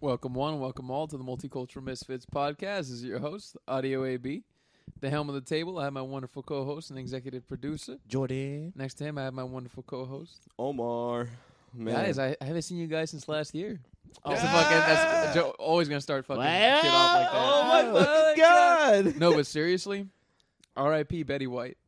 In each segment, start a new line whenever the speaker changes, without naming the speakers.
Welcome one, welcome all to the Multicultural Misfits podcast. This is your host, Audio AB. The helm of the table, I have my wonderful co-host and executive producer.
Jordan.
Next to him, I have my wonderful co-host.
Omar. Man.
Guys, I, I haven't seen you guys since last year. Oh, so fucking, that's Joe, always gonna start fucking shit off like that.
oh my fucking god.
No, but seriously, R.I.P. Betty White.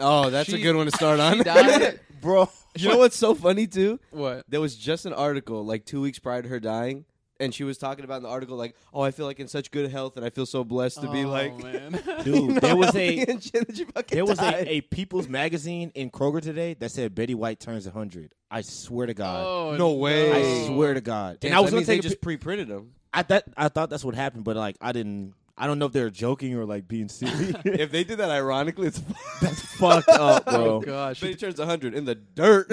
Oh, that's a
She-
good one to start on.
died.
Bro, you know what's so funny too?
What?
There was just an article like 2 weeks prior to her dying and she was talking about in the article like, "Oh, I feel like in such good health and I feel so blessed to be
Oh,
like
man.
Dude, there was a
and shit that she fucking
there was
died.
a, a People's Magazine in Kroger today that said Betty White turns 100. I swear to God.
Oh,
No way.
I swear to God.
Damn,
and I was
that
gonna
means they
take a
just
just
pre-printed them.
I thought I thought that's what happened, but like I didn't I don't know if they were joking or like being silly.
if they did that ironically, it's
that's fucked up,
Oh
bro.
gosh,
But he
she,
turns 100 in the dirt.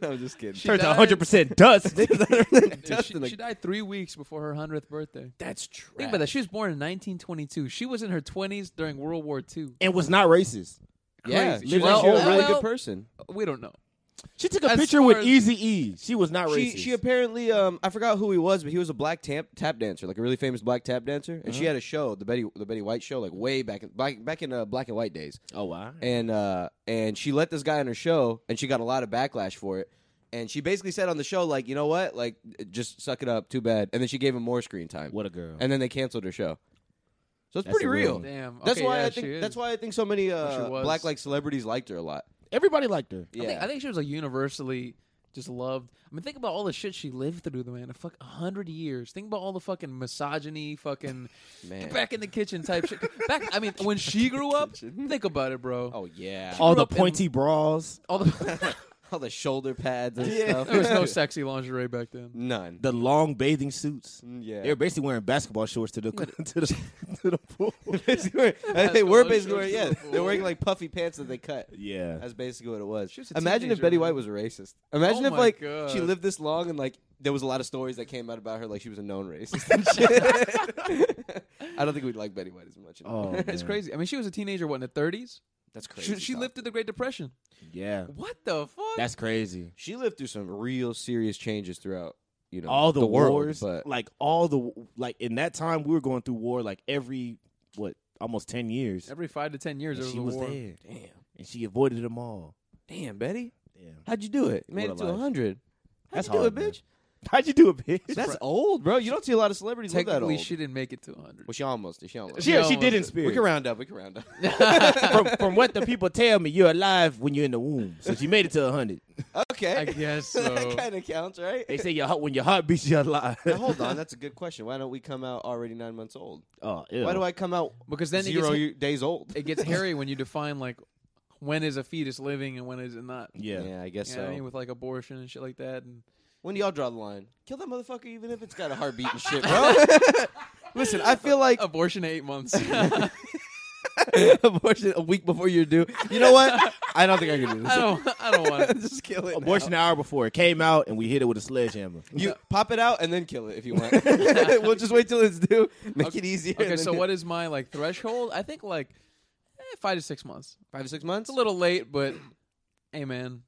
no, I'm just kidding.
She
Turns
died-
out 100% dust.
Just
she-
in the-
she died three weeks before her hundredth birthday.
that's true.
Think about that. She was born in 1922. She was in her 20s during World War II.
And was not racist.
yeah,
Crazy.
she was
Well,
actually a really
well,
good person.
We don't know.
She took a
As
picture
far
with
as-
Easy E. She was not
She
racist.
she apparently um I forgot who he was, but he was a black tap tap dancer, like a really famous black tap dancer, and
Uh-huh.
she had a show, the Betty the Betty White show, like way back in back back in uh, black and white days,
oh wow.
and uh and she let this guy on her show, and she got a lot of backlash for it. And she basically said on the show, like, you know what, like, just suck it up, too bad. And then she gave him more screen time.
What a girl.
and then they canceled her show. So it's
That's
pretty
a real
real.
one.
Damn.
Oh. That's
Okay,
why
yeah,
I
she
think
is.
that's why I think so many uh,
was.
black like celebrities liked her a lot.
Everybody liked her.
Yeah,
I think, I think she was like universally just loved. I mean, think about all the shit she lived through, the man. A fuck, a hundred years. Think about all the fucking misogyny, fucking
man.
get back in the kitchen type shit. Back, I mean, when she grew up, think about it, bro.
Oh yeah,
All
grew
the
up in-
pointy brawls,
All the
all the shoulder pads and stuff.
there was no sexy lingerie back then.
None.
the long bathing suits.
Mm, Yeah,
They were basically wearing basketball shorts to the to the, to the pool.
they were
Basketball
basically wearing, yeah,
shorts.
they're wearing like puffy pants that they cut.
yeah.
That's basically what it was.
She was a
Imagine if
teenager,
Betty
man.
White was a racist. Imagine
Oh
if
my
like
God.
she lived this long and like there was a lot of stories that came out about her like she was a known racist. and shit. I don't think we'd like Betty White as much.
Oh,
It's
man.
crazy. I mean, she was a teenager, what in the thirties?
That's crazy.
She, she lived through the Great Depression.
Yeah.
What the fuck?
That's crazy.
She lived through some real serious changes throughout, you know,
All the,
world,
wars,
but
like all the like in that time we were going through war like every what almost ten years.
every five to ten years.
And
There was a
she was
war.
there,
damn,
and she avoided them all.
damn, Betty,
Yeah.
how'd you do it? You made
What
it
a
to
life.
hundred. How'd
That's
you do
hard,
it,
man.
bitch?
How'd you do it, bitch?
That's old, bro. You don't see a lot of celebrities look that
Technically,
old.
she didn't make it to 100.
well, she almost did. She almost.
She
yeah, she
almost
did in
did.
spirit.
we can round up. We can round up.
from, from what the people tell me, you're alive when you're in the womb. So she made it to hundred.
okay,
I guess so.
that kind of counts, right?
They say your heart when your heart beats, you're alive.
Now, hold on, that's a good question. Why don't we come out already nine months old?
Oh, ew.
Why do I come out
Because then it
zero
gets-
year- days old?
it gets hairy when you define like when is a fetus living and when is it not. You
Yeah.
I guess
know
so.
what I mean? With like abortion and shit like that. And
When do y'all draw the line? Kill that motherfucker, even if it's got a heartbeat and shit, bro. Listen, I feel like
abortion at eight months.
abortion a week before you're due. You know what? I don't think I can do this.
I don't. I don't want it.
Just kill it.
Abortion
now.
an hour before it came out, and we hit it with a sledgehammer.
You pop it out and then kill it if you want. we'll just wait till it's due. Make it easier.
Okay, so what is my like threshold? I think like eh, five to six months.
Five to six months.
It's a little late, but hey, man,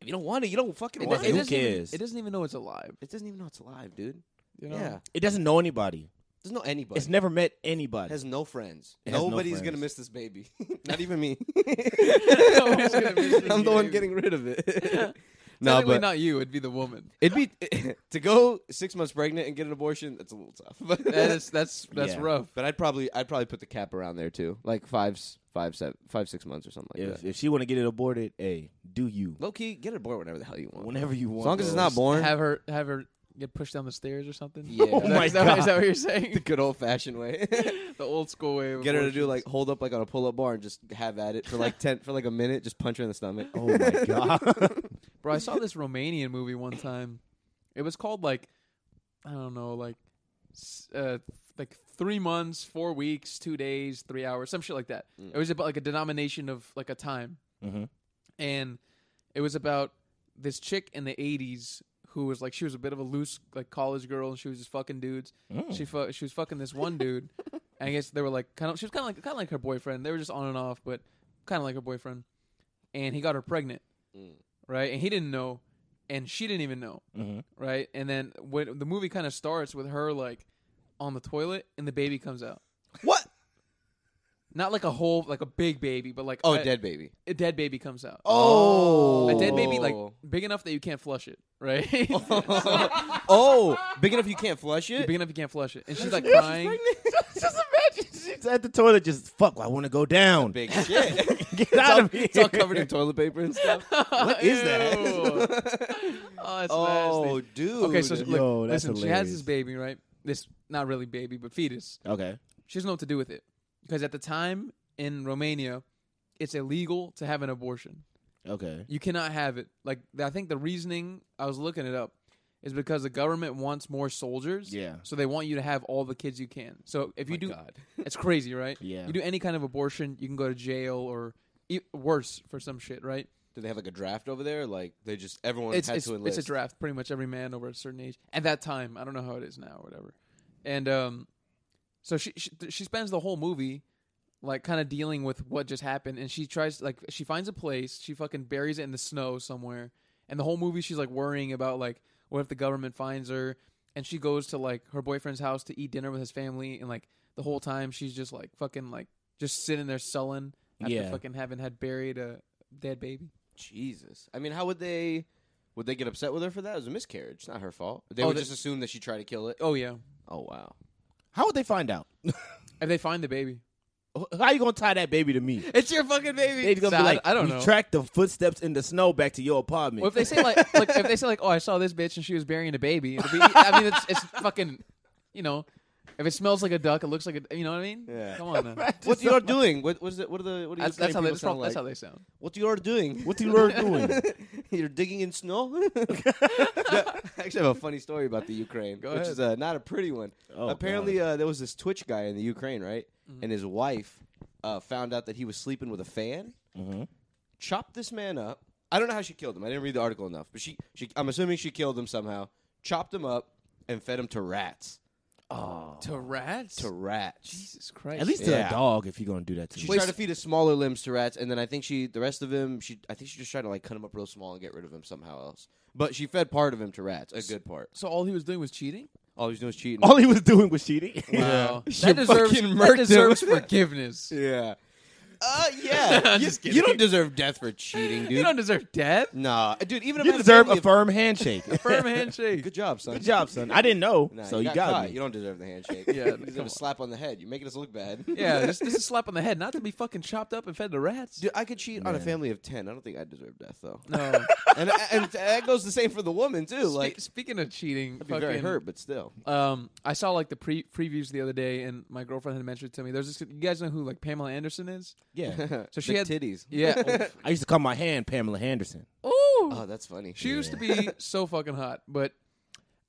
If you don't want it, you don't fucking
it,
want
does,
it.
it
Who
doesn't even,
cares?
it doesn't even know it's alive.
It doesn't even know it's alive, dude.
You know?
Yeah,
It doesn't know anybody.
there's no anybody.
It's never met anybody.
has no friends.
It has no
Nobody's
friends.
gonna miss this baby. Not even me.
Nobody's gonna miss this
I'm the one
baby.
getting rid of it. no,
Technically
but
not you. It'd be the woman.
it'd be to go six months pregnant and get an abortion. That's a little tough. But
That is that's that's
Yeah.
rough.
But I'd probably I'd probably put the cap around there too, like five s- five seven five six months or something like
if,
that.
if she want to get it aborted, hey, do you?
Low key, get an abortion whenever the hell you want.
Whenever you want.
As long as it's
bro.
not born.
Have her have her get pushed down the stairs or something.
Yeah. Oh
Is that-
my
is that- is that
God.
what you're
the
saying?
good old fashioned way.
the old school way. Of
Get her to do
abortions.
like hold up like on a pull up bar and just have at it for like ten for like a minute, just punch her in the stomach.
Oh my god.
Bro, I saw this Romanian movie one time. It was called like I don't know, like s- uh, like three months, four weeks, two days, three hours, some shit like that. It was about like a denomination of like a time,
Mhm.
and it was about this chick in the '80s who was like she was a bit of a loose like college girl, and she was just fucking dudes.
Mm.
She fu- she was fucking this one dude, and I guess they were like kind of she was kind of like kind of like her boyfriend. They were just on and off, but kind of like her boyfriend, and he got her pregnant right? And he didn't know. and she didn't even know,
Mm-hmm.
Mhm.
right? And then when the movie kind of starts with her like on the toilet, and the baby comes out.
What?
Not like a whole, like a big baby, but like
Oh,
a,
dead baby.
a dead baby comes out.
Oh,
a dead baby, like big enough that you can't flush it, right?
oh, big enough you can't flush it.
big enough you can't flush it, and she's like crying.
just imagine she's at the toilet, just fuck. I want to go down.
Big shit.
Get out of here.
it's all covered in toilet paper and stuff.
what
is that?
oh, it's
oh,
nasty.
dude. Oh,
Okay, so look,
Yo, that's
listen, she has
hilarious.
this baby, right? This not really baby, but fetus.
Okay.
She doesn't know what to do with it because at the time in Romania, it's illegal to have an abortion.
Okay.
You cannot have it. Like I think the reasoning I was looking it up is because the government wants more soldiers.
Yeah.
So they want you to have all the kids you can. So if you do, it's crazy, right?
Yeah.
You do any kind of abortion, you can go to jail or e- worse for some shit, right?
do they have like a draft over there? Like they just everyone
it's
had
it's,
to
it's
enlist.
a draft. Pretty much every man over a certain age at that time. I don't know how it is now, or whatever. And um, so she she, th- she spends the whole movie like kind of dealing with what just happened, and she tries like she finds a place. She fucking buries it in the snow somewhere, and the whole movie she's like worrying about like what if the government finds her, and she goes to like her boyfriend's house to eat dinner with his family, and like the whole time she's just like fucking like just sitting there sullen after
Yeah.
fucking having had buried a dead baby.
Jesus. I mean, how would they? Would they get upset with her for that? It was a miscarriage. It's not her fault. They
Oh,
would
they-
just assume that she tried to kill it.
Oh yeah,
Oh wow.
How would they find out?
if they find the baby.
How you gonna tie that baby to me?
It's your fucking baby.
They're
So
gonna be like,
I, I don't
we
know.
Track the footsteps in the snow back to your apartment.
well, if they say like, like, if they say like, oh, I saw this bitch and she was burying a baby. It'll be, I mean, it's, it's fucking, you know, if it smells like a duck, it looks like a, you know what I mean?
Yeah.
Come on, now.
What you are doing? What, what is it? What are the? What are you
That's, that's how they that's,
sound
prob-
like?
that's how they sound.
What you are doing?
What you are doing?
You're digging in snow. I actually have a funny story about the Ukraine, which
ahead.
is uh, not a pretty one.
Oh,
Apparently, uh, there was this Twitch guy in the Ukraine, right? And his wife uh, found out that he was sleeping with a fan. Mm-hmm.
Mhm.
Chopped this man up. I don't know how she killed him. I didn't read the article enough, but she, she I'm assuming she killed him somehow. Chopped him up and fed him to rats.
oh.
To rats?
To rats.
Jesus Christ.
At least to
Yeah.
a dog if you're gonna do that to
She
me.
tried to feed his smaller limbs to rats, and then I think she, the rest of him, she, I think she just tried to like cut him up real small and get rid of him somehow else. But she fed part of him to rats, a good part.
So all he was doing was cheating?
All he was doing was cheating.
All he was doing was cheating.
Wow.
She
That deserves,
fucking
that
murked
deserves
him.
forgiveness.
yeah. Uh, yeah. you, you don't deserve death for cheating, dude.
You don't deserve death.
nah, dude. Even if
You
I had
deserve
family
a
of-
firm handshake.
Firm handshake.
Good job, son.
Good job, son. I didn't know,
Nah,
so you,
you got,
got,
caught.
me.
You don't deserve the handshake.
Yeah,
you
come
deserve
on.
a slap on the head. You're making us look bad.
Yeah, just, just a slap on the head, not to be fucking chopped up and fed to rats.
Dude, I could cheat on a family of ten. I don't think I deserve death though,
No.
and and that goes the same for the woman too.
Spe-
Like,
speaking of cheating,
be very
fucking-
hurt, but still.
Um, I saw like the pre- previews the other day, and my girlfriend had mentioned it to me. There's this. You guys know who like Pamela Anderson is?
Yeah,
So she had-
titties.
Yeah.
I used to call my hand Pamela Anderson.
oh,
Oh, that's funny.
she used to be so fucking hot, but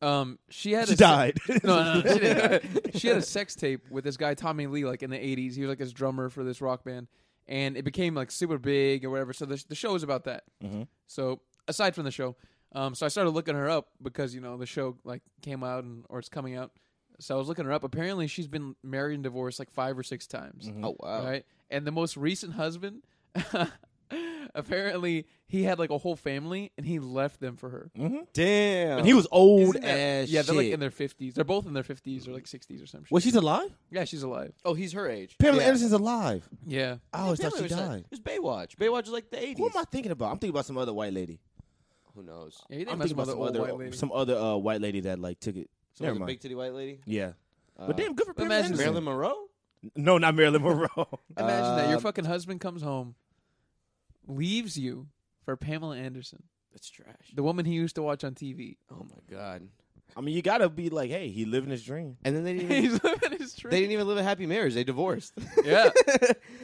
um, she had
She
a se-
died.
no, no, no, she didn't. die. she had a sex tape with this guy Tommy Lee, like in the '80s. He was like this drummer for this rock band, and it became like super big or whatever. So the the show is about that.
Mm-hmm.
So aside from the show, um, so I started looking her up because you know the show like came out and or it's coming out. So I was looking her up. Apparently, she's been married and divorced like five or six times.
Mm-hmm.
Oh wow.
Right? And the most recent husband, apparently, he had like a whole family and he left them for her.
Damn.
And he was old
Isn't that-
as
yeah,
shit.
they're like in their 50s. They're both in their 50s or like 60s or some shit.
well, she's alive.
yeah, she's alive.
oh, he's her age.
Pamela
Yeah.
Anderson's alive.
Yeah.
I always
Yeah,
thought she
Pamela was-
died.
It was Baywatch. Baywatch was like the eighties.
Who am I thinking about? I'm thinking about some other white lady.
Who knows?
Yeah, you think
I'm
about
thinking
some
about
other
some
old
other
white lady.
some other uh, white lady that like took it.
Some
Never
other
mind.
big titty white lady.
yeah,
Uh,
but damn, good for Pamela
imagine-
Anderson.
Marilyn Monroe.
No, not Marilyn Monroe.
Imagine that. Your
Um,
fucking husband comes home, leaves you for Pamela Anderson,
That's trash.
the woman he used to watch on TV.
Oh my god.
I mean, you gotta be like, hey, he living his dream.
And then they didn't. Even,
He's living his dream.
they didn't even live a happy marriage. They divorced.
Yeah.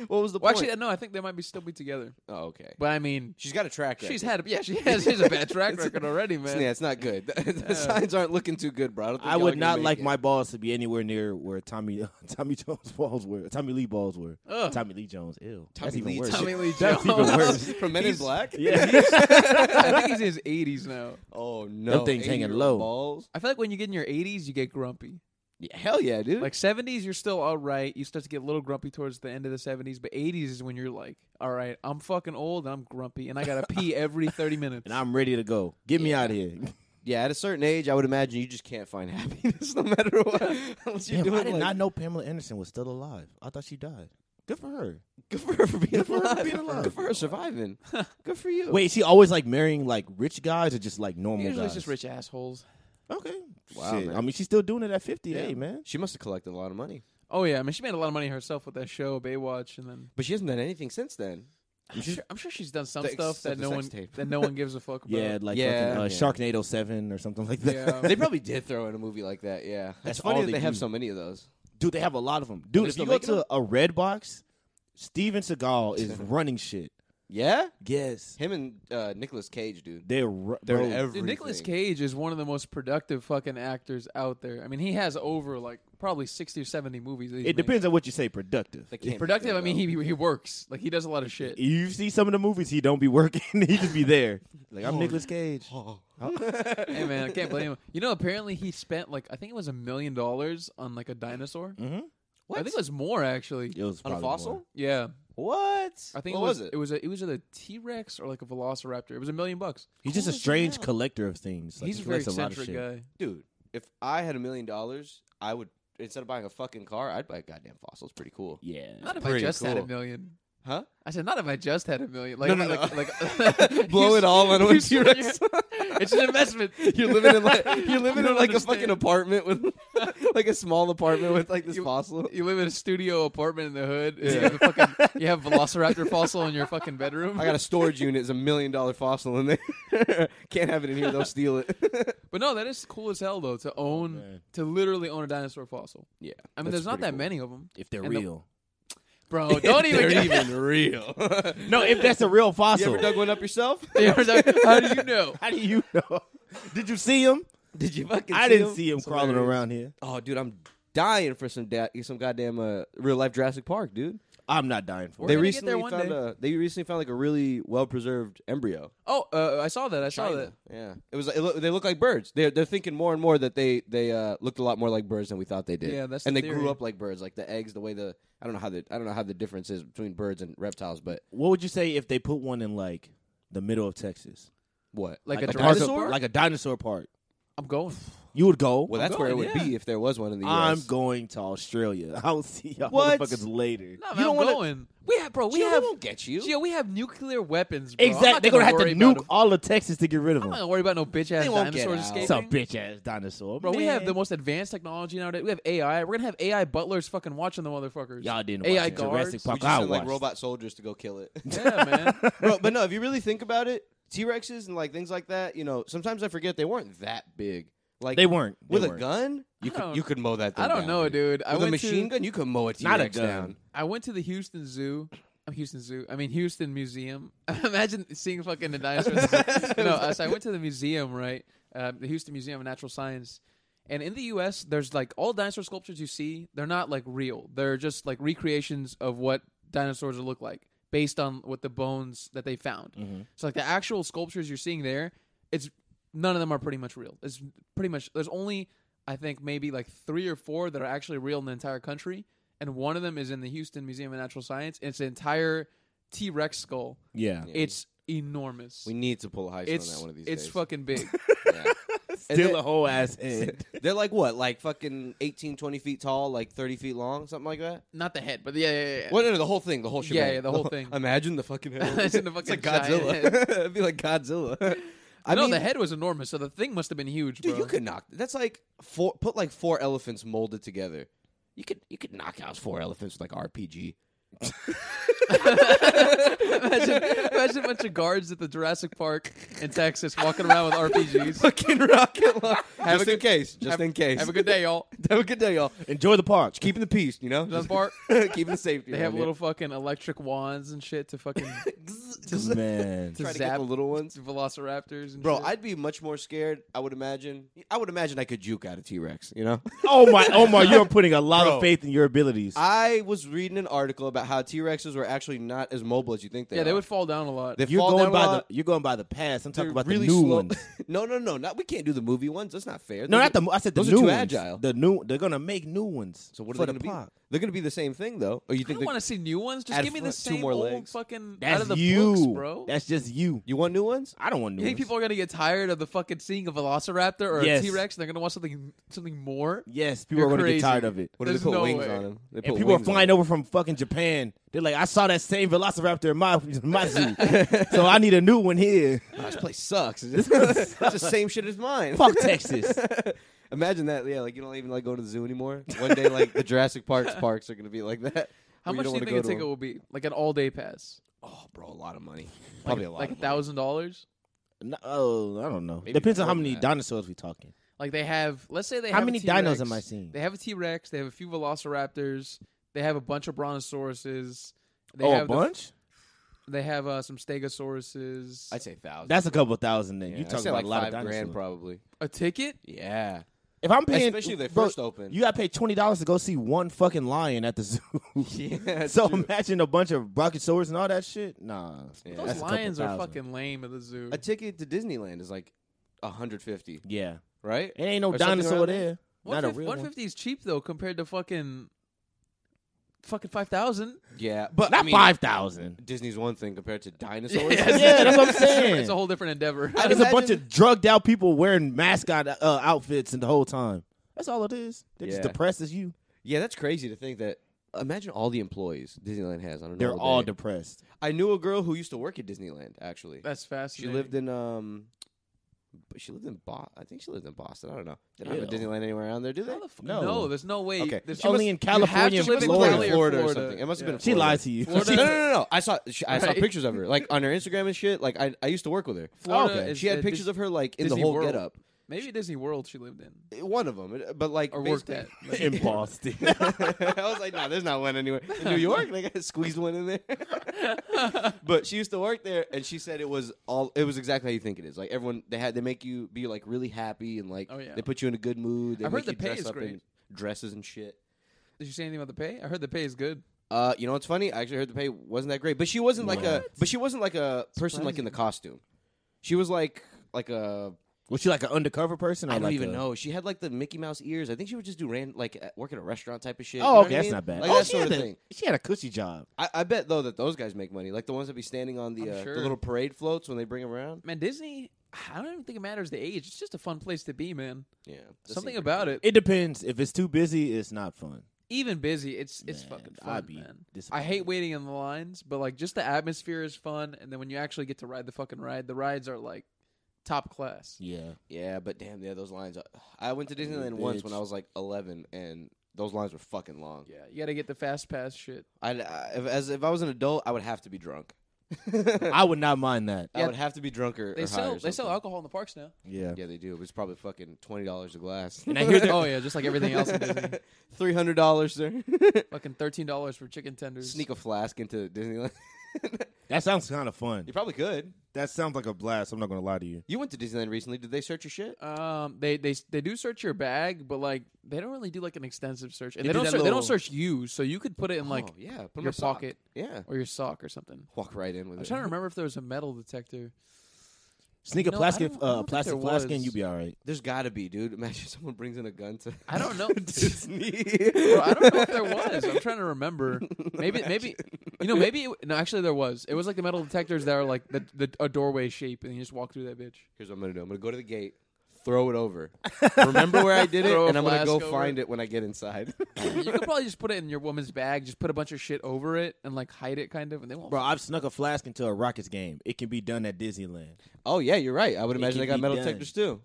what was the
well,
point?
actually, no, I think they might be still be together.
oh, okay.
But I mean,
She's got a track record.
she's had, a, yeah, she has, she has a bad track record already, man.
Yeah, it's not good. the
Yeah.
signs aren't looking too good, bro. I, don't think
I
y'all
would
can
not
make
like
it.
my balls to be anywhere near where Tommy Tommy Jones balls were. Tommy Lee balls were.
Ugh.
Tommy Lee Jones. Ew. That's
Tommy
even
Lee
worse.
Tommy Lee
That's even
Jones.
worse.
from Men in Black.
Yeah.
I think he's in his 80s now.
Oh no,
things hanging
80-year-old
low.
Balls.
I feel like when you get in your 80s, you get grumpy.
Yeah, hell yeah, dude.
Like seventies, you're still all right. You start to get a little grumpy towards the end of the seventies, but eighties is when you're like, all right, I'm fucking old and I'm grumpy and I gotta pee every thirty minutes.
and I'm ready to go. Get me out of here.
yeah, at a certain age, I would imagine you just can't find happiness no matter what. Unless you
Damn,
do
I
it
did
like,
not know Pamela Anderson was still alive. I thought she died. Good for her.
Good for her for being
Good for her for
alive.
being alive.
Good for her surviving. Good for you.
Wait, is she always like marrying like rich guys or just like normal
Usually it's
guys?
just rich assholes.
Okay.
Wow,
Shit.
man.
I mean, she's still doing it at 50.
Yeah.
Hey, man.
she must have collected a lot of money,
Oh yeah, I mean she made a lot of money herself with that show Baywatch, and then
but she hasn't done anything since then.
I'm sure, I'm sure she's done some
Th-
stuff
except
that
the
no
sex
one
tape.
that no one gives a fuck about.
Yeah, like
Yeah.
fucking, uh, Sharknado 7 or something like that.
Yeah.
They probably did throw in a movie like that. Yeah,
That's
it's
all
funny
they
that they have
do.
so many of those.
Dude, they have a lot of them.
they
Dude, if
still
you go
making
to a red box, Steven Seagal is running shit.
Yeah,
Yes.
him and uh, Nicolas Cage, dude.
They're, ru-
They're
bro,
in everything.
Dude, Nicolas Cage is one of the most productive fucking actors out there. I mean, he has over like probably sixty or seventy movies. that he's made.
It depends on what you say productive.
They can't be
Productive.
good,
I mean,
though.
he he works. Like he does a lot of shit.
You see some of the movies he don't be working. he just be there. Like I'm Nicolas Cage.
hey man, I can't blame him. You know, apparently he spent like I think it was a million dollars on like a dinosaur. Mm-hmm.
What?
I think it was more actually.
It was
on a
probably more.
fossil.
Yeah,
What?
I think
what
it was,
was it?
It was a it was either a T Rex or like a Velociraptor. It was a million bucks.
He's just a strange collector of things. Like,
He's
he
a very
collects lot of
eccentric uh,
shit.
guy.
Dude, if I had a million dollars, I would instead of buying a fucking car, I'd buy a goddamn fossil. It's pretty cool.
Yeah.
Not if I
pretty
just had a
cool.
million.
Huh?
I said, not if I just had a million. Like,
no,
like,
no.
like
Blow it all on
you
one
see-
T-Rex.
it's an investment.
You're living in like
You
you're living in
don't
like a fucking
understand.
apartment with like a small apartment with like this
You-
fossil.
You live in a studio apartment in the hood. and You,
Yeah.
have a fucking, you have Velociraptor fossil in your fucking bedroom.
I got a storage unit. It's a million dollar fossil in there. Can't have it in here. They'll steal it.
but no, that is cool as hell though to own,
man.
to literally own a dinosaur fossil.
yeah,
I mean,
That's
there's not
pretty
that
cool.
many of them,
If they're
And the-
real.
bro. Don't even.
They're
get-
even real.
no, if that's a real
you
fossil.
ever dug one up yourself?
Yeah, we're like, How do you know?
How do you know? Did you see him?
Did you fucking?
I
see
didn't
them?
see him crawling
hilarious.
around here.
Oh, dude, I'm dying for some da- some goddamn uh, real life Jurassic Park, dude.
I'm not dying for
We're
they
gonna get
recently
there one
found
day.
a they recently found like a really well preserved embryo.
Oh, uh, I saw that. I saw that.
China. Yeah, it was. It look, they look like birds. They're they're thinking more and more that they they uh, looked a lot more like birds than we thought they did.
Yeah, that's
and
the
they
theory.
grew up like birds. Like the eggs, the way the I don't know how the I don't know how the difference is between birds and reptiles, but
What would you say if they put one in like the middle of Texas?
what
Like, a,
dinosaur,
dinosaur. park?
like a dinosaur park.
I'm going.
You would go.
Well,
I'm
that's where it
going,
would
Oh, yeah.
be if there was one in the U.S.
I'm going to Australia. I'll see y'all
What?
motherfuckers later.
No, man,
You don't
I'm
wanna-
going. We have, bro. We
Gio, they
have.
won't get you.
Gio, we have nuclear weapons. Bro. I'm
exactly.
not
They're gonna have to
worry about
nuke
them.
all of Texas to get rid of
I'm not
them.
gonna worry about no bitch ass
They won't get
dinosaurs
out.
escaping.
It's a bitch ass dinosaur.
Bro, we have
man.
the most advanced technology nowadays. We have AI. We're gonna have AI butlers fucking watching the motherfuckers.
Y'all didn't
AI
watch Jurassic
guards.
We
Park.
just
I
send like
watched.
robot soldiers to go kill it.
Yeah, man.
Bro, but no, if you really think about it, T Rexes and like things like that, you know, sometimes I forget they weren't that big. Like
They weren't. They
with a
weren't.
gun. You
I don't-
could you could mow that. Thing
I don't
down,
know, dude. I
With a
went
machine
to-
gun, you could mow a T
Not a
Rex
gun.
down.
I went to the Houston Zoo. I'm Houston Zoo. I mean Houston Museum. Imagine seeing fucking the dinosaurs. no, uh, so I went to the museum, right? Um, the Houston Museum of Natural Science. And in the U.S., there's like all dinosaur sculptures you see. They're not like real. They're just like recreations of what dinosaurs would look like based on what the bones that they found.
Mm-hmm.
So like the actual sculptures you're seeing there, it's none of them are pretty much real. It's pretty much there's only I think maybe like three or four that are actually real in the entire country, and one of them is in the Houston Museum of Natural Science. It's an entire T Rex skull.
Yeah.
It's enormous.
Mm-hmm. We need to pull a heist on
it's
that one of these
it's
days.
fucking big.
Yeah. And
Still
they-
a whole ass head.
They're like what, like fucking 18, 20 feet tall, like thirty feet long, something like that.
Not the head, but yeah, yeah, yeah.
What? No, no, the whole thing, the whole shit.
yeah, the whole thing.
Imagine the fucking head.
Imagine the fucking
It's like
giant
Godzilla.
head.
It'd be like Godzilla. I
no,
mean,
the head was enormous, so the thing must have been huge,
Dude,
bro.
you could knock. That's like four. Put like four elephants molded together. You could you could knock out four elephants with like RPG.
imagine, imagine a bunch of guards at the Jurassic Park in Texas walking around with RPGs.
Fucking rocket launch.
Have
just
a
in
good-
case. Just
have-
in case.
Have a good day, y'all.
Have a good day, y'all.
Enjoy the park.
Keeping the peace, you know.
Jurassic Park.
Keeping the safety.
They have
around
little fucking electric wands and shit to fucking
here.
Man.
Try to get
zap-
the little ones.
velociraptors and
Bro,
shit.
I'd be much more scared. I would imagine. I would imagine I could juke out a T Rex. You know.
Oh my, oh my! You're putting a lot of faith in your abilities.
I was reading an article about about how T Rexes were actually not as mobile as you think they
yeah,
are.
they would fall down a lot.
They
You're
fall
going
down
by
a
the
lot.
you're going by the past. I'm talking
They're
about
really
the new
slow.
ones.
no, no, no, not we can't do the movie ones. That's not fair.
No,
Those
not
are-
the. I said the
those
new
are too
ones.
agile.
The new. They're gonna make new ones.
So what are
for
they
the
going to be?
plot.
They're going to be the same thing though.
I
Or you think
don't
they,
want to see new ones. Just
Add
give me the
two
same
more
old
legs.
fucking
That's
out of the
you,
books, bro.
That's just you.
you want new ones?
I don't want new
you think
ones.
people are gonna get tired of the fucking seeing a Velociraptor or
Yes.
a T Rex? They're gonna want something something more.
yes, people
You're
are gonna get
crazy.
tired of it.
What do they
There's
put
no
wings
way.
on them? They
And
put
people are
wings on
flying
them.
over from fucking Japan. They're like, I saw that same Velociraptor in my my zoo, so I need a new one here.
Oh, this place sucks. It's the same shit as mine.
Fuck Texas.
Imagine that. Yeah, like you don't even like go to the zoo anymore. One day, like the Jurassic Park's parks are gonna be like that.
How
where
much do
don't
you think a
wanna go to
ticket will be? Like an all day pass?
them. Oh, bro, a lot of money.
Like-
Probably a lot.
Like a
of money.
thousand dollars.
No, oh, I don't know.
Maybe
Depends on
more
how
than
many
that.
dinosaurs we talking.
Like they have. Let's say they
How
have a
many
T-Rex.
dinos am I seeing?
They have a T Rex. They have a few Velociraptors. They have a bunch of Brontosauruses. They
oh,
have
a
the-
bunch.
they have uh, some Stegosauruses.
I'd say thousand.
That's a couple thousand. Then you
I'd
talking
say
about
like
a lot
five
of dinosaurs.
grand probably.
a ticket?
Yeah,
If I'm paying,
especially if they
bro,
first open.
you gotta pay twenty dollars to go see one fucking lion at the zoo.
yeah,
so
true.
imagine a bunch of brachiosaurus and all that shit. Nah,
Yeah.
Those
that's a couple
lions are
thousand.
fucking lame at the zoo.
a ticket to Disneyland is like hundred fifty,
Yeah,
right?
it ain't no
Or something
dinosaur
around
there. Not a real
One
one.
fifty is cheap though compared to fucking fucking five thousand.
Yeah,
But
I
not
mean,
five thousand.
Disney's one thing compared to dinosaurs.
Yeah, that's what I'm saying.
It's a whole different endeavor.
I
It's a bunch
imagine-
of drugged out people wearing mascot uh, outfits and the whole time. That's all it is. They're just
Yeah.
depressed as you.
Yeah, that's crazy to think that. Imagine all the employees Disneyland has. I don't know.
They're all
day.
depressed.
I knew a girl who used to work at Disneyland. Actually,
That's
she
fascinating.
lived in um, but she lived in Boston. I think she lived in Boston. I don't know. They don't have a
Ew.
Disneyland anywhere around there, do they?
How the fuck?
No. Oh,
No. there's no way.
Okay.
There's
She only in California
You have to live
and
in
Florida.
California or
Florida
Florida,
or something. It must have been
She
Florida.
lied to you.
Florida-
no, no, no, no. I saw she, I saw
Right.
pictures of her like on her Instagram and shit. Like I, I used to work with her.
Florida
Okay.
is
she had
at
pictures
Dis-
of her like in
Disney
the whole
World.
getup.
maybe Disney World. She lived in
One of them, but like
or worked at.
basically-
In Boston.
I was like, nah, there's not one anywhere. In New York, they got squeezed one in there. but she used to work there, and she said it was all. It was exactly how you think it is. Like everyone, they had they make you be like really happy, and like
Oh, yeah.
they put you in a good mood. They
I've heard
make
the
you
pay
dress
is
up
great.
in dresses and shit.
Did you say anything about the pay? I heard the pay is good.
Uh, you know what's funny? I actually heard the pay wasn't that great, but she wasn't like a but she wasn't like a person like in the costume. She was like like a
Was she like an undercover person? Or
I don't
like
even
a-
know. She had like the Mickey Mouse ears. I think she would just do ran like at- work at a restaurant type of shit. You know
Oh,
what
okay,
I
that's
mean?
not bad.
Like
oh,
that
she
sort
had
of
a-
thing.
She had a cushy job.
I, I bet though that those guys make money, like the ones that be standing on the,
I'm
uh,
sure.
the little parade floats when they bring 'em around.
Man, Disney. I don't even think it matters the age. It's just a fun place to be, man.
Yeah, that
Something
seemed
about it.
It depends. If it's too busy, it's not fun.
Even busy, it's it's
Man,
fucking fun,
I'd be
man. I
disappointed.
hate waiting in the lines, but like just the atmosphere is fun, and then when you actually get to ride the fucking ride, the rides are like top class.
Yeah.
pretty- yeah, but damn, yeah, those lines. Are, I went to Disneyland once when
bitch.
I was like eleven, and those lines were fucking long.
Yeah, you got to get the fast pass shit.
I'd, I, if, as if I was an adult, I would have to be drunk.
I would not mind that.
I
Yeah.
would have to be drunk or,
They
or high
sell
or
they sell
something.
alcohol in the parks now.
Yeah.
Yeah, they do. It's probably fucking twenty dollars a glass.
And I hear they're
oh yeah, just like everything else in Disney.
Three hundred dollars, sir.
Fucking thirteen dollars for chicken tenders.
Sneak a flask into Disneyland.
that sounds kind of fun.
you probably could.
That sounds like a blast. I'm not gonna lie to you.
You went to Disneyland recently. Did they search your shit?
Um, they they they do search your bag, but like they don't really do like an extensive search, and
They
they,
do
don't
that
search, they
little-
don't search you, so you could put it in like
oh, yeah, put 'em in
your
a sock.
pocket
Yeah,
or your sock or something.
walk right in with
I'm
it.
trying to remember if there was a metal detector.
Sneak
You
a
know, I
plastic
don't- I don't
uh,
think
plastic
there
flask in,
was.
you be all right.
There's got to be, dude. Imagine someone brings in a gun to.
I don't know.
Disney.
Bro, I don't know if there was. I'm trying to remember. Maybe maybe you know maybe it, no actually there was. It was like the metal detectors that are like the, the a doorway shape, and you just walk through that bitch.
Here's what I'm gonna do. I'm gonna go to the gate, throw it over. Remember where I did it,
Throw a
and I'm gonna
flask
go
over.
find it when I get inside.
You could probably just put it in your woman's bag, just put a bunch of shit over it, and like hide it kind of, and they won't.
Bro, I've snuck a flask into a Rockets game. It can be done at Disneyland.
oh yeah, you're right. I would imagine
can
they got
be
metal
done.
detectors too.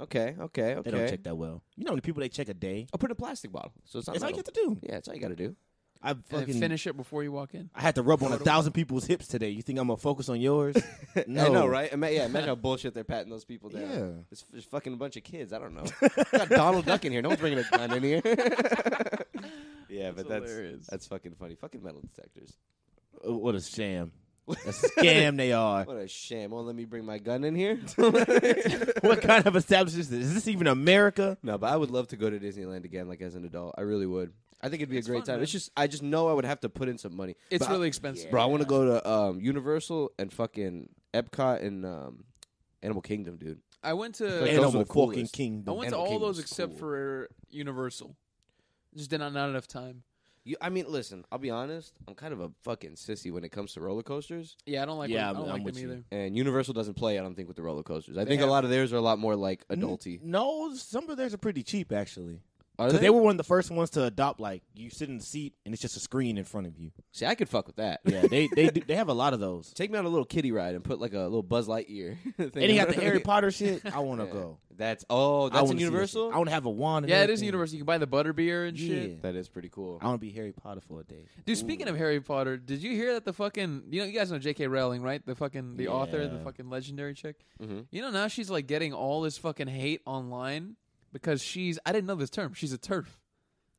Okay, okay,
They
okay.
don't check that well. You know how many people they check a day?
I'll put it in a plastic bottle, so it's not
That's all you
metal.
have to do.
yeah, that's all you gotta do.
I
and
fucking
finish it before you walk in.
I had to rub on a thousand people's hips today. You think I'm gonna focus on yours? No,
I know, right? Ima- yeah, imagine how bullshit they're patting those people down.
Yeah.
It's, it's fucking a bunch of kids. I don't know. We got Donald Duck in here. No one's bringing a gun in here. yeah, but that's
hilarious.
that's fucking funny. Fucking metal detectors.
Uh, What a sham! A scam they are.
What a shame. Won't let me bring my gun in here.
What kind of establishment is this? Is this even America?
no, but I would love to go to Disneyland again, like as an adult. I really would. I think it'd be
It's
a great
fun,
time.
man.
It's just I just know I would have to put in some money.
It's
But I-
really expensive.
Bro, I want to go to um, Universal and fucking Epcot and um, Animal Kingdom, dude.
I went
Like,
to
those are
Animal
the
fucking
coolest.
I
kingdom.
went to
Animal
all
Kingdom
those
was
except
cool.
for Universal. Just did not not enough time.
You, I mean, listen, I'll be honest. I'm kind of a fucking sissy when it comes to roller coasters,
Yeah, I don't like. them.
Yeah,
I
I'm-
don't
I'm
like
with
them
you.
either.
and Universal doesn't play. I don't think with the roller coasters. I think
have-
a lot of theirs are a lot more like
N-
adulty.
No, some of theirs are pretty cheap actually.
Are
Because
they?
they were one of the first ones to adopt like you sit in the seat and it's just a screen in front of you.
See, I could fuck with that.
Yeah, they they do, they have a lot of those.
Take me on a little kiddie ride and put like a little Buzz Lightyear. thing
And they got the
around
Harry
it.
Potter shit. I want to
Yeah.
go.
That's oh,
I wanna
that's in
see that shit.
Universal.
I want to have a wand. and
Yeah, it is
everything.
Universal. You can buy the butter beer and
Yeah.
shit.
that is pretty cool.
I want to be Harry Potter for a day.
Dude, speaking of Harry Potter, did you hear that the fucking you know you guys know J.K. Rowling, right? The fucking the author, the
Yeah. Mm-hmm.
fucking legendary chick.
Mhm.
You know now she's like getting all this fucking hate online because she's I didn't know this term. She's a turf.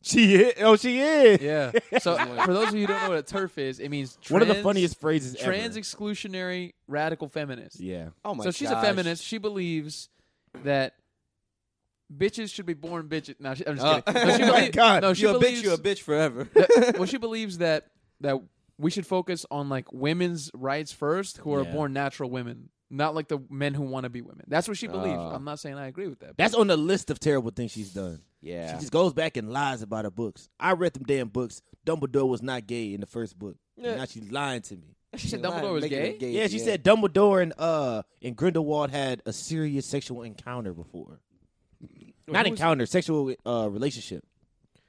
She is. Oh, she is.
Yeah. so for those of you who don't know what a turf is, it means trans,
One of the funniest phrases
trans
ever.
exclusionary radical feminist.
Yeah.
Oh my!
so she's
gosh.
a feminist. She believes that bitches should be born bitches. No, she, I'm just
Uh,
kidding. No, she
Oh my
belie-
God.
No, she
you a
believes
bitch. You a bitch forever.
that- well, she believes that that we should focus on like women's rights first, who are
Yeah.
born natural women, not like the men who want to be women. That's what she believes.
Oh.
I'm not saying I agree with that.
That's on the list of terrible things she's done. She
yeah.
just goes back and lies about her books. I read them damn books. Dumbledore was not gay in the first book.
Yeah.
Now she's lying to me.
She said Dumbledore was
Making it
gay?
Yeah, she said Dumbledore and uh and Grindelwald had a serious sexual encounter before. Not
who was-
encounter, sexual uh relationship.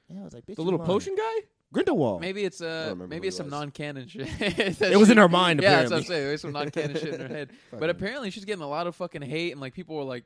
Yeah, I was like, bitch,
the
you
little
lying.
potion guy.
Grindelwald.
maybe it's uh
remember
maybe
who
it's
it
some
was.
non-canon shit. That
It was
she-
in her mind.
Yeah, that's what I'm
apparently.
saying. There's some non-canon shit in her head. But apparently, she's getting a lot of fucking hate, and like people were like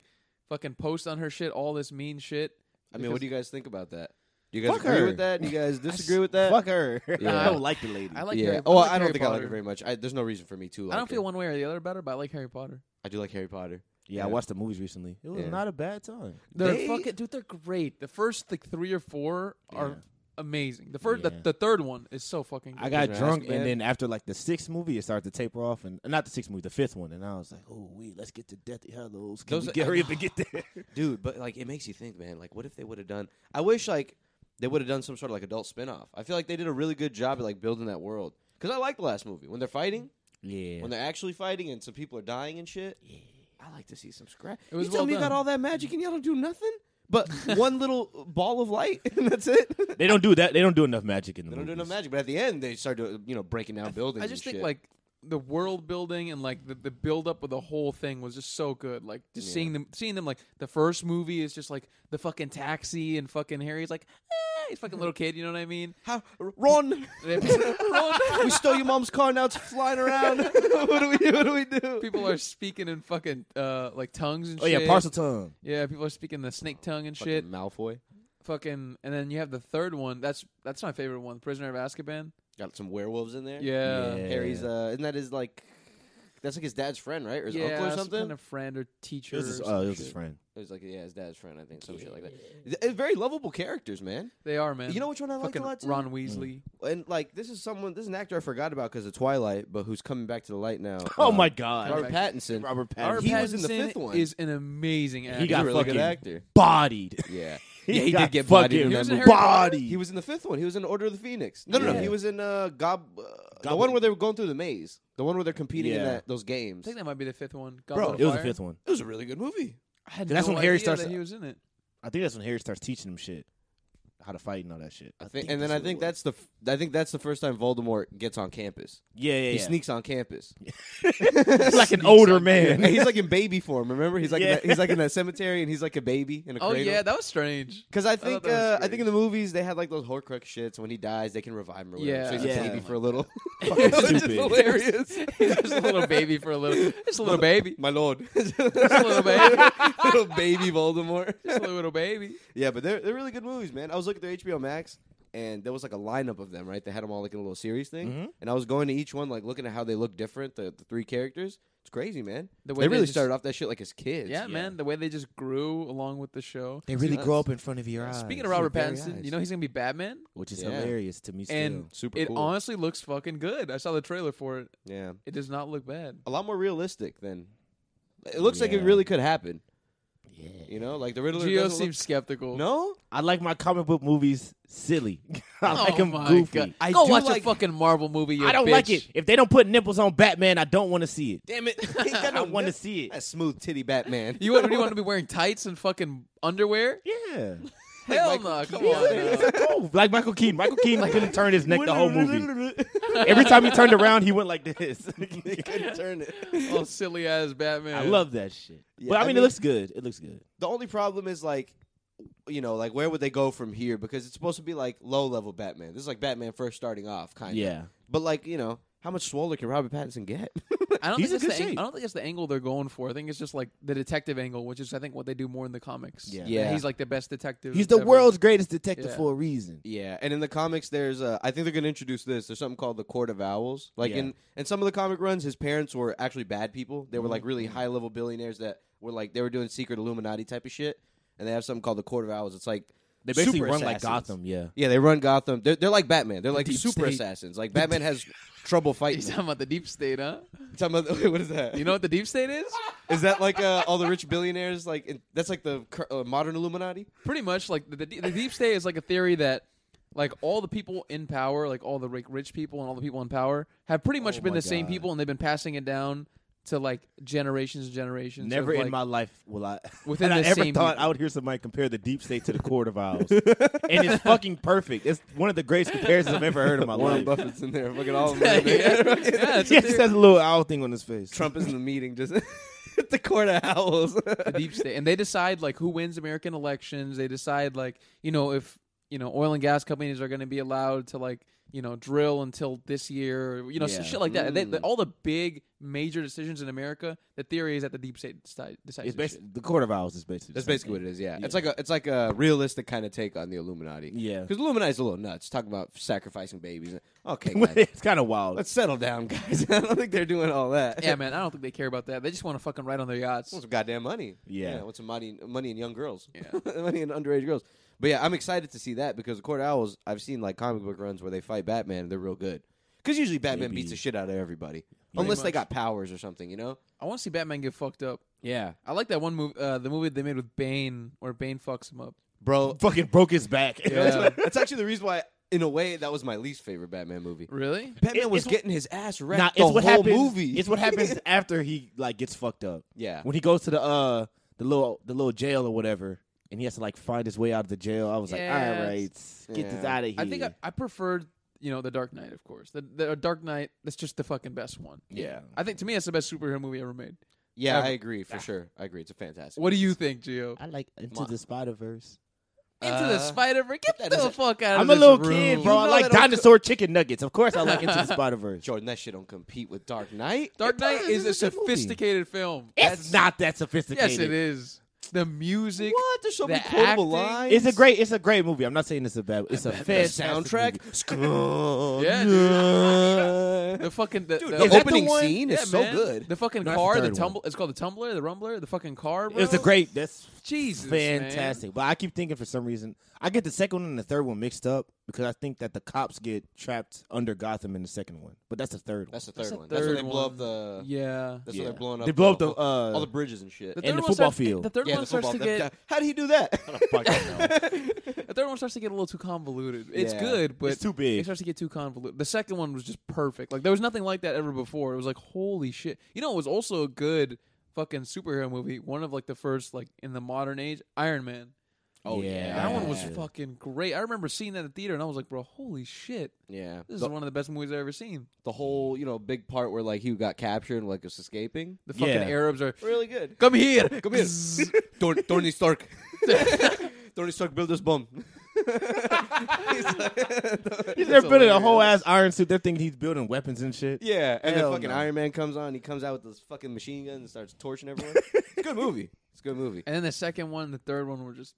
fucking post on her shit, all this mean shit.
I mean, what do you guys think about that? Do you guys
Fuck
agree
her.
with that? Do you
I s-
guys disagree with that?
Fuck her.
Yeah.
I don't like the lady.
I like
yeah.
Harry.
oh,
like
I don't
Harry
think I like
Potter.
her very much. I, there's no reason for me to. Like
I don't
her.
feel one way or the other about her, but I like Harry Potter.
I do like Harry Potter.
yeah, I
Yeah.
watched the movies recently. It was
Yeah.
not a bad time.
They're
They-
fucking dude. They're great. The first like three or four are
Yeah.
amazing. The first,
Yeah.
the, the third one is so fucking. Good.
I got
Those are
drunk,
ass
and
bad.
then after like the sixth movie, it started to taper off, and not the sixth movie, the fifth one, and I was like, "Oh, wait, let's get to Deathly Hallows. Can
Those
we
are-
get, hurry up and get there."
dude but like it makes you think man like what if they would have done i wish like they would have done some sort of like adult spin-off i feel like they did a really good job at like building that world because i like the last movie when they're fighting
yeah,
when they're actually fighting and some people are dying and shit i like to see some scratch
It was
you tell
well
me you
done.
got all that magic and y'all don't do nothing but one little ball of light and that's it they
they don't do that. They don't do enough magic in the.
don't do enough
movies.
magic but at the end they start to you know breaking down buildings
I just
and
think
shit.
like the world building and like the, the build up of the whole thing was just so good. Like just seeing them, seeing them like the first movie is just like the fucking taxi and fucking Harry's like, eh, he's fucking little kid. You know what I mean?
how ron
And then-
we stole your mom's car now it's flying around what do we what do we do
People are speaking in fucking uh like tongues and
Oh
shit.
yeah, parcel tongue.
Yeah, people are speaking the snake tongue and shit.
Fucking malfoy
Fucking, and then you have the third one. That's that's my favorite one, Prisoner of Azkaban.
got some werewolves in there
Yeah.
Yeah.
Harry's uh isn't that his like that's like his dad's friend, right? Or his
yeah,
uncle or
some
something?
kind of friend or teacher.
It was his,
or
uh,
some
it was his
shit.
friend.
It was like yeah, his dad's friend, I think, some shit like that. Th- very lovable characters, man.
They are man.
You know which one I liked
fucking
a lot too? Mm.
Ron Weasley.
And like this is someone this is an actor I forgot about because of Twilight, but who's coming back to the light now.
Oh
Uh,
my god,
Robert Pattinson.
Robert Pattinson.
Robert
He
Pattinson
was in the fifth one.
Is an amazing actor.
He got
a really
fucking
good actor.
bodied.
Yeah.
He
Yeah, he
got
did get
fucking
bodied. He
was in Harry Potter?
bodied.
He was in the fifth one. He was in Order of the Phoenix. No, no,
Yeah.
no. He was in uh, Gob, uh the
Goblet-
one where they were going through the maze. The one where they're competing in
Yeah.
that those games.
I think that might be the fifth one.
Bro,
Goblet of
It was the
Fire.
fifth one.
It was a really good movie.
I had
That's
no
when Harry
idea
starts-
That he was in it.
I think that's when Harry starts teaching him shit, how to fight and all that shit.
I think, and then I
what it
think
was.
that's the f- I think that's the first time Voldemort gets on campus.
yeah, yeah, yeah.
He sneaks on campus.
He's like an older man.
And he's like in baby form. Remember, he's like in
Yeah.
that, he's like in that cemetery, and he's like a baby in a
Oh
cradle.
yeah, that was strange.
Because I think
that was
uh, I
strange.
think in the movies they had like those Horcrux shits. When he dies, they can revive him. Or whatever.
Yeah.
so he's
Yeah.
a baby for a little.
Fucking
Which is
stupid.
hilarious.
He's just a little baby for a little. Just a little baby.
My lord,
Just a little baby.
little baby Voldemort.
Just a little baby.
Yeah, but they're they're really good movies, man. I was looking through HBO Max, and there was like a lineup of them, right? They had them all like in a little series thing,
Mm-hmm.
and I was going to each one, like looking at how they look different, the, the three characters. It's crazy, man.
The way they
they really
just-
started off that shit like as kids.
yeah, man. The way they just grew along with the show.
They really
that's-
grow up in front of your eyes.
Speaking of Robert
very
Pattinson,
eyes.
you know he's gonna be Batman,
which is
Yeah.
hilarious to me. Still.
and
Super
it
cool.
honestly looks fucking good. I saw the trailer for it.
yeah,
It does not look bad.
a lot more realistic than. It looks like it
Yeah.
really could happen.
yeah,
You know, like the Riddler.
Geo
doesn't look-
seems skeptical.
no.
I like my comic book movies silly. I
Oh
like them
my
goofy.
God.
I
Go
do
watch
like-
a fucking Marvel movie. You
I don't
bitch.
like it. If they don't put nipples on Batman, I don't want to see it.
Damn it! He got
I
no
want to
nip-
see
That
it.
smooth titty Batman.
You want, you want to be wearing tights and fucking underwear?
Yeah.
Hell
Michael
no!
Keaton.
Come on. now.
like Michael Keaton. Michael Keaton couldn't turn his neck the whole movie. Every time he turned around, he went like this.
They couldn't turn it.
Oh, silly ass Batman.
I love that shit.
Yeah,
but I
I
mean,
mean-
it looks good. It looks good.
The only problem is like, you know, like where would they go from here? Because it's supposed to be like low level Batman. This is like Batman first starting off, kind of.
Yeah.
But like, you know, how much swoller can Robert Pattinson get?
I don't
He's
think
in
it's the
good
ang-
shape.
I don't think it's the angle they're going for. I think it's just like the detective angle, which is I think what they do more in the comics.
Yeah.
That
Yeah.
he's like the best detective.
He's the
ever.
world's greatest detective
Yeah.
for a reason.
yeah. And in the comics, there's uh, I think they're gonna introduce this. There's something called the Court of Owls. Like
Yeah.
in in some of the comic runs, his parents were actually bad people. They were like really high level billionaires that were like they were doing secret Illuminati type of shit. And they have something called the Court of Owls. It's like
They basically
super
run like
assassins.
Gotham. Yeah.
Yeah, they run Gotham. They're, they're like Batman. They're like
deep
super
state.
assassins. Like Batman has trouble fighting.
He's talking about the deep state, huh?
them. Talking about- wait, what is that?
You know what the deep state is?
is that like uh, all the rich billionaires? Like in, that's like the cur- uh, modern Illuminati.
Pretty much like the, the the deep state is like a theory that like all the people in power, like all the like, rich people and all the people in power have pretty much
Oh
been
my
the same
God.
people and they've been passing it down to like generations and generations.
Never
of,
in
like-
my life will I
Within
had I
the
ever
same
thought
people.
I would hear somebody compare the deep state to the court of owls. and it's fucking perfect. It's one of the greatest comparisons I've ever heard in my
Warren
life.
Buffett's in there. Fucking all of
yeah,
them.
yeah, it's a
He just
theory.
has a little owl thing on his face.
Trump is in the meeting. Just at the Court of Owls.
the deep state and they decide like who wins american elections they decide like you know if you know oil and gas companies are going to be allowed to like you know drill until this year or, you know s-
Yeah.
shit like that they,
Mm.
all the big major decisions in america the theory is that the deep state deci- decides this
It's basically, the court of owls is basically.
that's basically what it is. Yeah. it's like a it's like a realistic kind of take on the Illuminati.
Yeah.
because Illuminati's a little nuts. Talking about sacrificing babies. Okay, guys,
it's kind of wild.
let's settle down, guys. I don't think they're doing all that.
shit. yeah man i don't think they care about that they just want to fucking ride on their yachts
want some goddamn money.
Yeah.
I want some money, money and young girls.
Yeah.
money and underage girls. But yeah, I'm excited to see that because the Court Owls. I've seen like comic book runs where they fight Batman. and They're real good because usually Batman
Maybe.
beats the shit out of everybody, unless they
much.
got powers or something. You know?
i want to see batman get fucked up
Yeah,
i like that one movie uh, the movie they made with bane where bane fucks him up
bro.
fucking broke his back.
That's,
Yeah.
what- that's actually the reason why, in a way, that was my least favorite Batman movie.
really
Batman
It-
was
it's-
getting his ass wrecked
Nah,
the
it's what
whole
happens.
movie.
It's what happens after he like gets fucked up.
Yeah.
When he goes to the uh the little the little jail or whatever, and he has to like find his way out of the jail. I was like,
Yeah,
all right, get this
yeah.
out of here.
I think I, I preferred, you know, the Dark Knight, of course. The, the Dark Knight, that's just the fucking best one.
yeah,
I think to me, that's the best superhero movie ever made.
yeah.
Ever-
I agree for sure. I agree. It's a fantastic.
What do you think, Gio?
I like Into
Ma-
the Spider Verse.
Into the
Uh,
Spider Man. Get
that
the
doesn't-
fuck out of
I'm a
this
little
room.
kid, bro.
You
I
know
like
that don't co-
dinosaur chicken nuggets. Of course, I like Into the Spider Verse.
Jordan, that shit don't compete with Dark Knight.
Dark Knight
does.
is a
It's a good movie.
sophisticated film.
It's not that sophisticated.
Yes, it is. The music.
What? There's so many
the
quotable
acting-
lines.
It's a great. It's a great movie. I'm not saying it's a bad. It's a
The
fantastic
soundtrack.
movie.
Skunk.
Yeah, The fucking the, the
the
is that
opening
the one-
scene
yeah,
is so
man.
good.
The fucking
No, that's the
car, the,
third one.
tumble. It's called the tumbler, the rumbler, the fucking car. Bro.
It was a great. That's
Jesus, man.
fantastic. But I keep thinking for some reason I get the second one and the third one mixed up because I think that the cops get trapped under Gotham in the second one, but that's the third one.
That's the third
That's the
one. That's when they
third
blow
one.
up the.
Yeah.
That's
Yeah.
when they're blowing up.
They blow up
the
the, uh,
all the bridges and shit.
The
And
third
the
one
football
starts,
field.
The third
yeah,
one
the
starts
football.
to
that-
get
that- how do you do that?
The third one starts to get a little too convoluted. It's
Yeah.
good, but
It's too
It
big.
starts to get too convoluted. The second one was just perfect. Like there was nothing like that ever before. It was like holy shit. You know, it was also a good fucking superhero movie. One of like the first like in the modern age, Iron Man.
oh
Yeah.
yeah,
That one was
Yeah.
fucking great. I remember seeing that in the theater and I was like, bro, holy shit.
Yeah,
This is
the,
one of the best movies I've ever seen.
the whole you know big part where like he got captured and like was escaping.
The fucking
Yeah.
Arabs are
Really good.
Come here.
Come here, Tor- Tony Stark. Tony Stark build this bomb.
He's never building a whole
hilarious.
ass iron suit. They're thinking he's building weapons and shit.
Yeah, and
Hell
then fucking
no.
Iron Man comes on. He comes out with this fucking machine gun and starts torching everyone. it's a good movie. It's a good movie.
And then the second one and the third one were just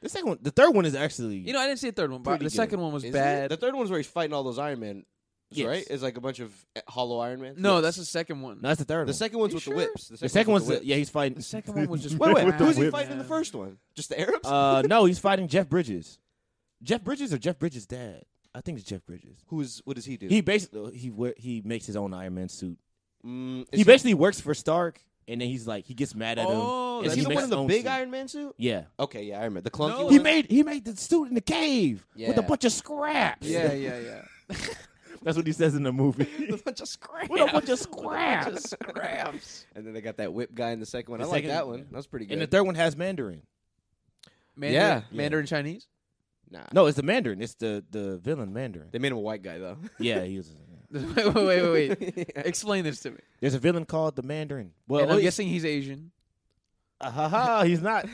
The second one, the third one is actually
You know, I didn't see the third one, but
Pretty
the
good.
second one was
Isn't it?
bad.
The third one's where he's fighting all those Iron Man,
Yes.
right? It's like a bunch of uh, hollow Iron Man.
no, that's the second one.
no, that's the third.
the
one.
second one's
You
with
sure?
the whips.
the second one's
with
the, yeah, he's fighting.
The second one was just
Wait, wait,
bad.
With the
who's he
whip.
fighting in the
Yeah.
first one? Just the Arabs?
Uh, no, he's fighting Jeff Bridges. Jeff Bridges or Jeff Bridges' dad? I think it's Jeff Bridges.
Who's what does he do?
He basically he wear- he makes his own Iron Man suit.
Mm,
he
is
basically works for Stark, and then he's like he gets mad at
Oh,
him. and
is
that's
he
he the
makes
one in
his
the
own
big
suit.
Iron Man suit?
Yeah,
Okay, yeah, I remember the clunky
No,
one.
he
Well,
made he made the suit in the cave with
Yeah.
a bunch of scraps.
yeah, yeah, yeah.
that's what he says in the movie.
a bunch of scraps.
with a bunch of scraps.
Scraps.
And then they got that whip guy in the second one.
The
I like
second-
that one. That was pretty good.
And the third one has Mandarin.
Mandarin,
Yeah.
Mandarin Chinese.
nah,
No, it's the Mandarin. It's the the villain Mandarin.
they made him a white guy though.
Yeah, he was.
wait, wait, wait, wait. Explain this to me.
There's a villain called the Mandarin. Well,
and I'm
well,
guessing he's Asian.
uh, ha, ha, he's not.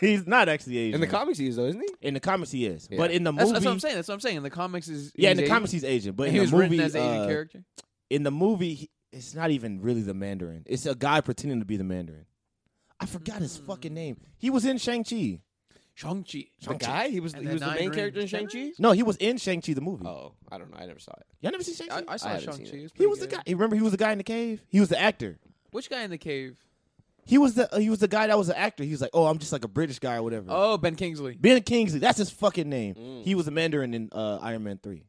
he's not actually Asian.
in the comics, he is though, isn't he?
In the comics, he is.
Yeah.
But in the
That's,
movie,
that's what I'm saying. That's what I'm saying. In the comics is
yeah, in
he's
the
Asian.
comics he's Asian. But in
he
the
was
movie,
written as an Asian
uh,
character.
in the movie, he, it's not even really the Mandarin. It's a guy pretending to be the Mandarin. I forgot his fucking name. He was in Shang Chi.
Shang Chi.
The guy? He was
And
he
the
was the
Nine
main
Rings.
character in Shang
Nine
Chi.
No, he was in Shang Chi the movie.
Oh, I don't know. I never saw it.
Y'all never seen Shang
I,
Chi?
I saw
I haven't
Shang
seen
Chi.
it.
He was the guy. You remember he was the guy in the cave. He was the actor.
Which guy in the cave?
He was the uh, he was the guy that was an actor. He was like, oh, I'm just like a British guy or whatever.
Oh, Ben Kingsley.
Ben Kingsley, that's his fucking name.
Mm.
He was a Mandarin in uh, Iron Man three,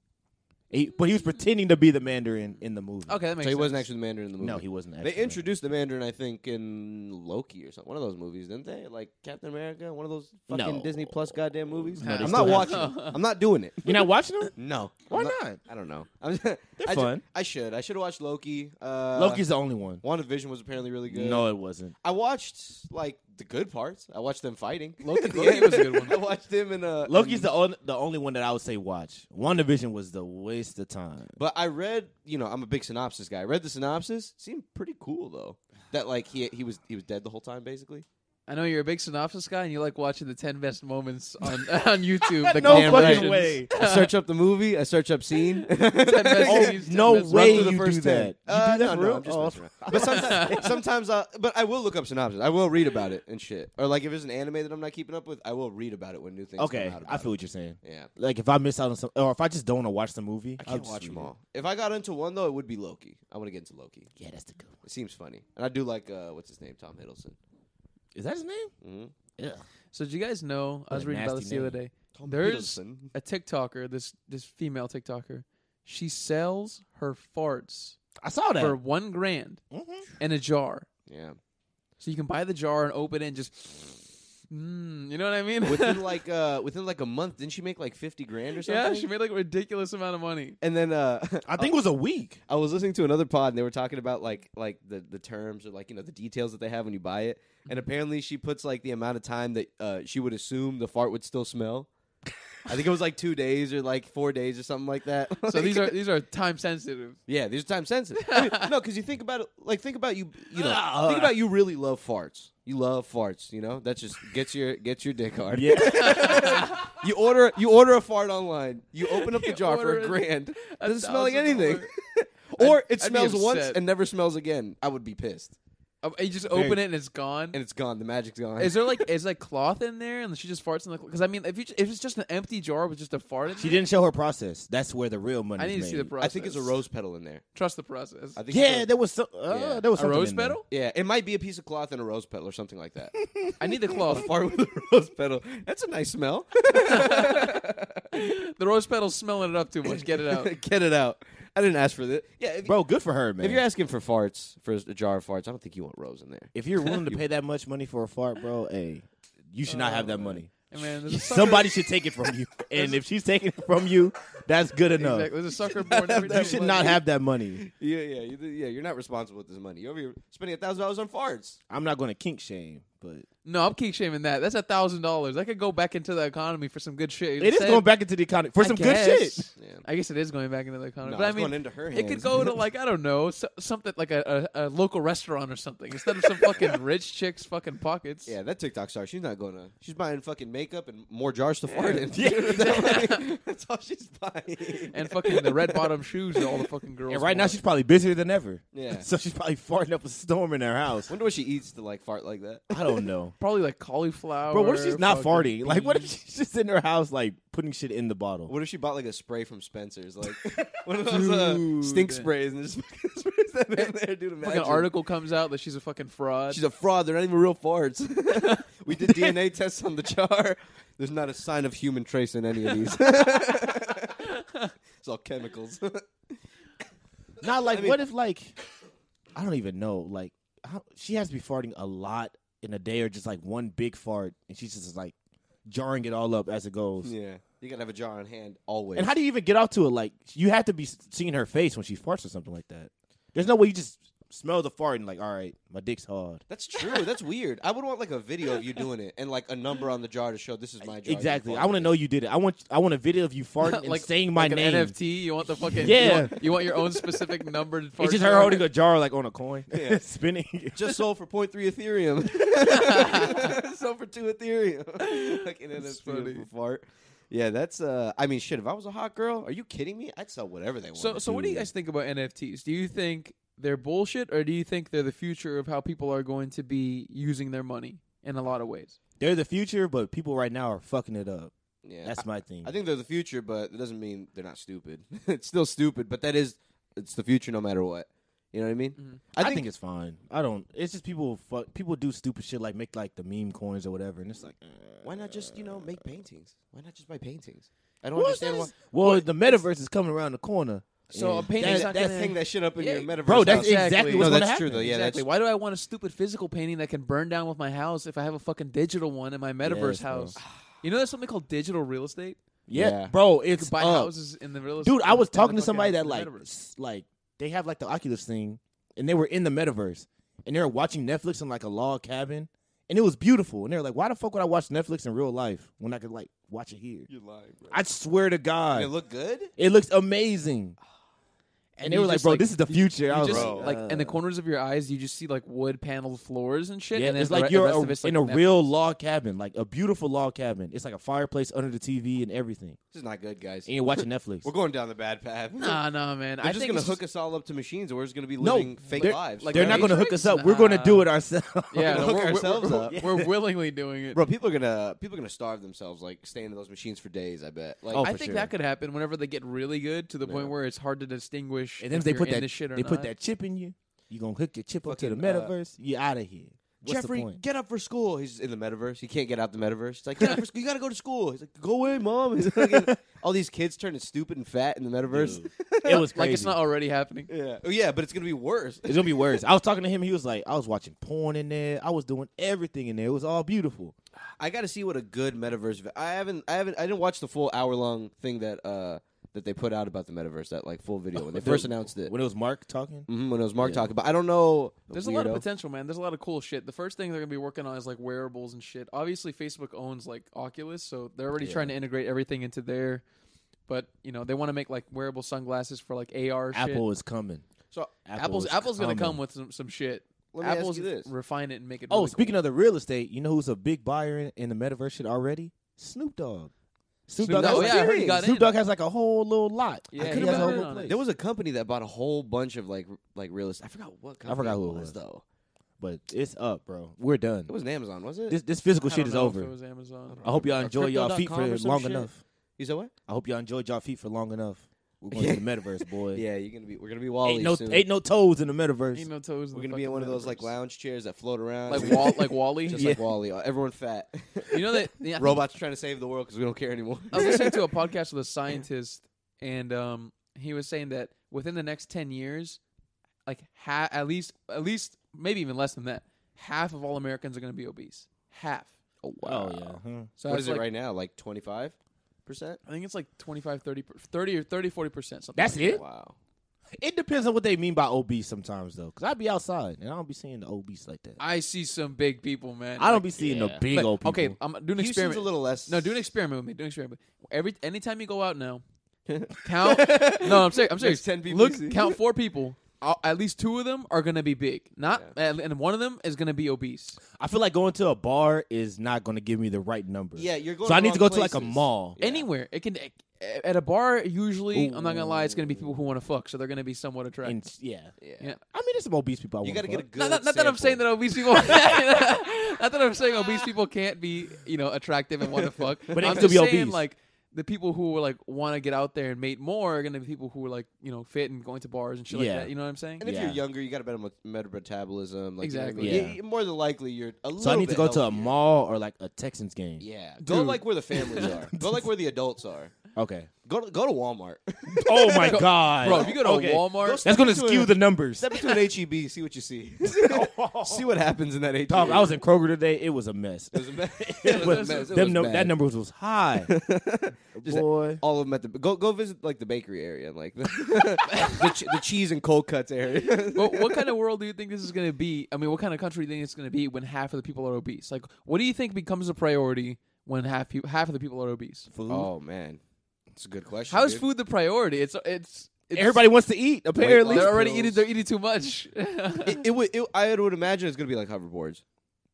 he, but he was pretending to be the Mandarin in the movie.
Okay, that makes
So he
sense.
wasn't actually the Mandarin in the movie.
no, he wasn't.
They
Actually
introduced the Mandarin, I think, in Loki or something. One of those movies, didn't they? Like Captain America, one of those fucking
No.
Disney Plus goddamn movies.
No, they
I'm
still have-
not watching. them. I'm not doing it.
You're not watching him?
No.
Why
I'm
not?
I don't know. I'm They're I ju-
fun.
I should. I should have watched Loki. Uh,
Loki's the only one.
WandaVision was apparently really good.
No, it wasn't.
I watched like the good parts. I watched them fighting.
Loki-
At the
Loki was a
end.
good one.
I watched them in uh,
Loki's
in-
the only the only one that I would say watch. WandaVision was the waste of time.
But I read, you know, I'm a big synopsis guy. I read the synopsis. Seemed pretty cool though. That like he he was he was dead the whole time basically.
I know you're a big synopsis guy, and you like watching the ten best moments on on YouTube. The
No
compilations.
fucking way.
I search up the movie. I search up scene.
best
Oh,
He's done
no
this
Run
way
through the
you
first
do
ten.
that. You
Uh,
do that
no,
for
no,
real?
I'm just
Oh.
messing around. But sometimes, sometimes I, but I will look up synopsis. I will read about it and shit. Or like if it's an anime that I'm not keeping up with, I will read about it when new things.
Okay,
come out about
I feel
It.
what you're saying.
Yeah,
Like if I miss out on some, or if I just don't want to watch the movie,
I can't watch them all. If I got into one though, it would be Loki. I want to get into Loki.
Yeah, that's the good one.
It seems funny, and I do like uh, what's his name, Tom Hiddleston.
Is that his name?
Mhm.
Yeah.
So did you guys know? I
What
was
a
reading about
nasty
this the other
name.
day. There's a TikToker, this this female TikToker. She sells her farts
I saw that.
for one grand
Mhm.
in a jar.
Yeah,
So you can buy the jar and open it and just, mm, you know what I mean?
within like uh, within like a month, didn't she make like fifty grand or
yeah,
something?
she made like a ridiculous amount of money.
and then uh,
I think it was a week.
I was listening to another pod and they were talking about like like the the terms or like you know the details that they have when you buy it. And apparently she puts like the amount of time that uh, she would assume the fart would still smell. I think it was like two days or like four days or something like that.
So these are these are time sensitive.
yeah, these are time sensitive. I mean, no, because you think about it, like think about you, you know,
Ah.
think about you really love farts. You love farts, you know. That just gets your gets your dick hard.
Yeah.
You order you order a fart online. You open up the
You
jar for
order
a
it.
grand.
A
Doesn't smell like
thousand
anything.
dollar-
or it
I'd be
smells once
upset.
and never smells again. I would be pissed.
Uh, You just
Very-
open it and it's gone.
And it's gone. The magic's gone.
Is there like is like cloth in there and she just farts in the because I mean if you if it's just an empty jar with just a fart in
She
it,
didn't show her process. That's where the real money.
I need to see the
process.
process.
I think it's a rose petal in there.
Trust the process.
I think it's
Yeah,
a-
there was some. Uh,
Yeah.
There
A
was something
rose
in there.
petal?
yeah, it might be a piece of cloth and a rose petal or something like that.
I need the
a
cloth.
fart with a rose petal. That's a nice smell.
the rose petal's smelling it up too much. Get it out.
Get it out. I didn't ask for this. Yeah, if,
Bro, good for her, man.
if you're asking for farts for a jar of farts, I don't think you want rose in there.
If you're willing to pay that much money for a fart, bro, hey, you should not have that money.
Hey, man, there's a Uh, sucker,
Somebody should take it from you. And if she's taking it from you, that's good enough.
exactly, there's a sucker born every day.
You should not have that money.
Yeah, yeah, you, yeah. You're not responsible with this money. You're over here spending a thousand dollars on farts.
I'm not going to kink shame, but
No, I'm kink shaming that. That's a thousand dollars. That could go back into the economy for some good shit.
it is going back into the economy for some good shit.
Yeah. hand.
I guess it is going back into the economy.
No,
but I
it's
mean,
going into her
it could
hands.
go to like I don't know so, something like a, a, a local restaurant or something instead of some fucking rich chick's fucking pockets.
Yeah, that TikTok star, she's not gonna. She's buying fucking makeup and more jars to fart in.
Yeah.
that's all she's buying.
And fucking the red bottom shoes that all the fucking girls.
And right now
want.
she's probably busier than ever.
Yeah.
So she's probably farting up a storm in her house.
Wonder what she eats to like fart like that.
I don't know.
probably like cauliflower.
Bro, what if she's not
fucking
farting? Like, what if
beans.
she's just in her house, like putting shit in the bottle?
What if she bought like a spray from Spencer's, like one of those uh, stink
Dude.
sprays, and just fucking sprays that in there, dude?
Like
Imagine.
an article comes out that she's a fucking fraud.
She's a fraud. They're not even real farts. we did DNA tests on the jar. There's not a sign of human trace in any of these. it's all chemicals.
Not like,
I mean-
what if, like, I don't even know. Like, how, she has to be farting a lot in a day or just like one big fart, and she's just like jarring it all up as it goes.
yeah, you gotta have a jar on hand always.
And how do you even get off to it? Like, you have to be s- seeing her face when she farts or something like that. There's no way you just smell the fart and, like, all right, my dick's hard.
That's true. That's weird. I would want like a video of you doing it and like a number on the jar to show this is my jar. you
Exactly.
farted.
I want to know you did it. I want I want a video of you farting and
like
saying my
like
name.
An NFT. You want the fucking
Yeah.
You want, you want your own specific numbered.
It's
fart
just her
chart?
holding a jar like on a coin,
Yeah.
spinning.
Just sold for 0.3 Ethereum. sold for two Ethereum. like an
That's
NFT of
funny.
a fart. Yeah, that's. uh I mean, shit. If I was a hot girl, are you kidding me? I'd sell whatever they want.
So, so what do you guys think about NFTs? Do you think they're bullshit, or do you think they're the future of how people are going to be using their money in a lot of ways?
They're the future, but people right now are fucking it up.
Yeah,
That's my thing.
I, I think they're the future, but it doesn't mean they're not stupid. it's still stupid, but that is. It's the future, no matter what. You know what I mean?
Mm-hmm. I think it's fine. I don't. It's just people fuck. People do stupid shit like make like the meme coins or whatever, and it's like, uh,
Why not just you know make paintings? Why not just buy paintings? I don't
what is
understand
this?
why.
Well, the metaverse is coming around the corner.
So
Yeah.
a painting's
That-
not
that
gonna-
Hang that shit up in
Yeah,
your metaverse.
Bro, that's
house.
Exactly.
exactly
No,
what's
no,
gonna
that's true
happen.
though. Yeah,
exactly.
that's
Why do I want a stupid physical painting that can burn down with my house if I have a fucking digital one in my metaverse
Yes, bro.
house? You know, there's something called digital real estate.
Yeah,
Yeah.
bro,
You
it's
can buy
up.
houses in the real estate.
dude. I was
in the
talking to
fucking-
somebody that
in the
like,
metaverse.
s- like they have like the Oculus thing, and they were in the metaverse, and they were watching Netflix in like a log cabin, and it was beautiful. And they were like, "Why the fuck would I watch Netflix in real life when I could like watch it here?"
You're lying, bro.
I swear to God,
it look good.
It looks amazing. And, they
you
were like,
Oh, just,
bro, this is the future. I
You
was
just,
Bro.
like in the corners of your eyes, you just see like wood paneled floors and shit.
yeah,
and then
it's
the
like
re- the
you're
rest
a-
of it's, like,
in a
Netflix.
real log cabin, like a beautiful log cabin. It's like a fireplace under the TV and everything.
This is not good, guys.
And you're watching Netflix.
We're going down the bad path.
Nah, nah, man.
They're
I
just
think
gonna
it's
hook us all up to machines, or we're just gonna be
No,
living fake
they're-
lives.
like,
They're not going to hook us up. We're going to do it ourselves.
Yeah,
We're
no,
gonna hook
we're,
ourselves
we're,
up.
We're willingly doing it.
bro. People are gonna people are gonna starve themselves, like staying in those machines for days. I bet. Like,
Oh,
I
for
think
sure.
that could happen whenever they get really good to the point
Yeah.
where it's hard to distinguish.
and then
if
if they
you're
put
in
that
this shit or
they put
not.
that chip in you. You gonna hook your chip up to the
Fucking, uh,
metaverse. you out of here. What's the
Jeffrey,
point?
get up for school. He's in the metaverse. He can't get out the metaverse. It's like, get up for school. You gotta go to school. He's like, go away, mom. He's like, all these kids turning stupid and fat in the metaverse.
it was
like it's
crazy.
not already happening.
yeah, oh, yeah, but it's gonna be worse.
It's gonna be worse. I was talking to him. He was like, I was watching porn in there. I was doing everything in there. It was all beautiful.
I got to see what a good metaverse. vi- I haven't, I haven't, I didn't watch the full hour long thing that uh that they put out about the metaverse. That like full video when they first announced it.
when it was Mark talking.
hmm when it was Mark talking about, I don't know.
There's a lot of
weirdo.
potential, man. There's a lot of cool shit. The first thing they're gonna be working on is like wearables and shit. Obviously, Facebook owns like Oculus, so they're already trying to integrate everything into their. But you know they want to make like wearable sunglasses for like AR.
Apple is coming.
So
shit.
Apple
Apple's
is
Apple's gonna
coming.
come with some, some shit.
Let me ask
Apple's
you this.
refine it and make it.
Oh,
really
speaking of the real estate, you know who's a big buyer in, in the metaverse shit already? Snoop Dogg. Snoop
Snoop
Dogg,
Dogg-
has,
oh, yeah, I heard he
like,
got
Snoop
in.
Dogg has like a whole little lot.
Yeah,
I
he
he has a
got
whole
in
little
on it.
place.
there was a company that bought a whole bunch of like r- like real estate. I forgot what. Company
forgot who it was.
though.
but it's up, bro. We're done.
It wasn't Amazon, was it?
This this physical
cool. I
shit
don't
is
know if
over.
It was Amazon.
I hope y'all
Or
enjoy y'all feet for
crypto.com or some
long
shit?
enough.
you said what?
I hope y'all enjoyed y'all feet for long enough. We're going to the metaverse, boy.
Yeah, you're gonna be. We're gonna be Wally
Ain't no
soon.
ain't no toes in the metaverse.
Ain't no toes. in
we're
the
gonna be in
fucking
one of those like
metaverse.
lounge chairs that float around,
like wall, like Wally.
just
yeah.
like Wally. Everyone fat.
You know that yeah, I think-
robots trying to save the world because we don't care anymore.
I was listening to a podcast with a scientist, and um, he was saying that within the next ten years, like ha- at least, at least maybe even less than that, half of all Americans are going to be obese. Half.
oh
oh yeah. huh.
So
what
it's
is
like,
it right now? Like twenty five percent.
I think it's like 25, 30, per- 30 or 30, 40 percent. Something.
That's
like
it?
Oh, Wow.
It depends on what they mean by obese sometimes though, because I be outside and I don't be seeing the obese like that.
That. I see some big people, man.
I don't
Like-
be seeing the
yeah.
big
like,
old people.
Okay, I'm doing an
Houston's
experiment.
a little less.
no, do an experiment with me. Do an experiment. Every anytime you go out now, Count. no, I'm serious. I'm serious.
There's 10 people you see.
Look, count four people. I'll- at least two of them are gonna be big. Not, and- and one of them is gonna be obese.
I feel like going to a bar is not going to give me the right number.
Yeah, you're going
So I
the
need to go
wrong
to like a
places.
mall.
Yeah.
Anywhere it can. At a bar, usually, I'm not gonna lie, it's gonna be people who want to fuck, so they're gonna be somewhat attractive.
And yeah.
Yeah.
Yeah.
I mean, there's some obese people. I
You got to
wanna
get a
fuck.
good.
Not, not, not that I'm saying that
sample.
obese people. not that I'm saying obese people can't be, you know, attractive and want to fuck.
But it
I'm
could
just
be
saying,
obese.
like the people who like want to get out there and mate more are gonna be people who are like, you know, fit and going to bars and shit
Yeah.
like that. You know what I'm saying?
And if
Yeah.
you're younger, you got a better mo- better metabolism. Like,
Exactly.
You know what I mean?
Yeah.
You- more than likely, you're a little.
So I need to
bit
go to a
healthier.
mall or like a Texans game.
Yeah. Go
Dude.
like where the families are. go like where the adults are.
Okay.
Go to, go to Walmart.
Oh my
Go-
god,
Bro, if you go to
Okay.
Walmart,
that's going to
Step into
skew
a-
the numbers.
Step into an HEB. E See what you see. see what happens in that HEB.
Dog, I was in Kroger today. It was a mess.
It was a mess.
It
It was a
was-
mess. It
them
was
num-
bad.
that number was, was high.
Just-
Boy,
All of them at the go go visit like the bakery area and like the the, ch- the cheese and cold cuts area.
what, what kind of world do you think this is going to be? I mean, what kind of country do you think it's going to be when half of the people are obese? Like, what do you think becomes a priority when half peop half of the people are obese?
food.
oh man, it's a good question.
How is
dude.
food the priority? It's it's, it's
Everybody wants to eat. Apparently,
They're already
pills.
eating. They're eating too much.
It, it would. It, I would imagine it's gonna be like hoverboards.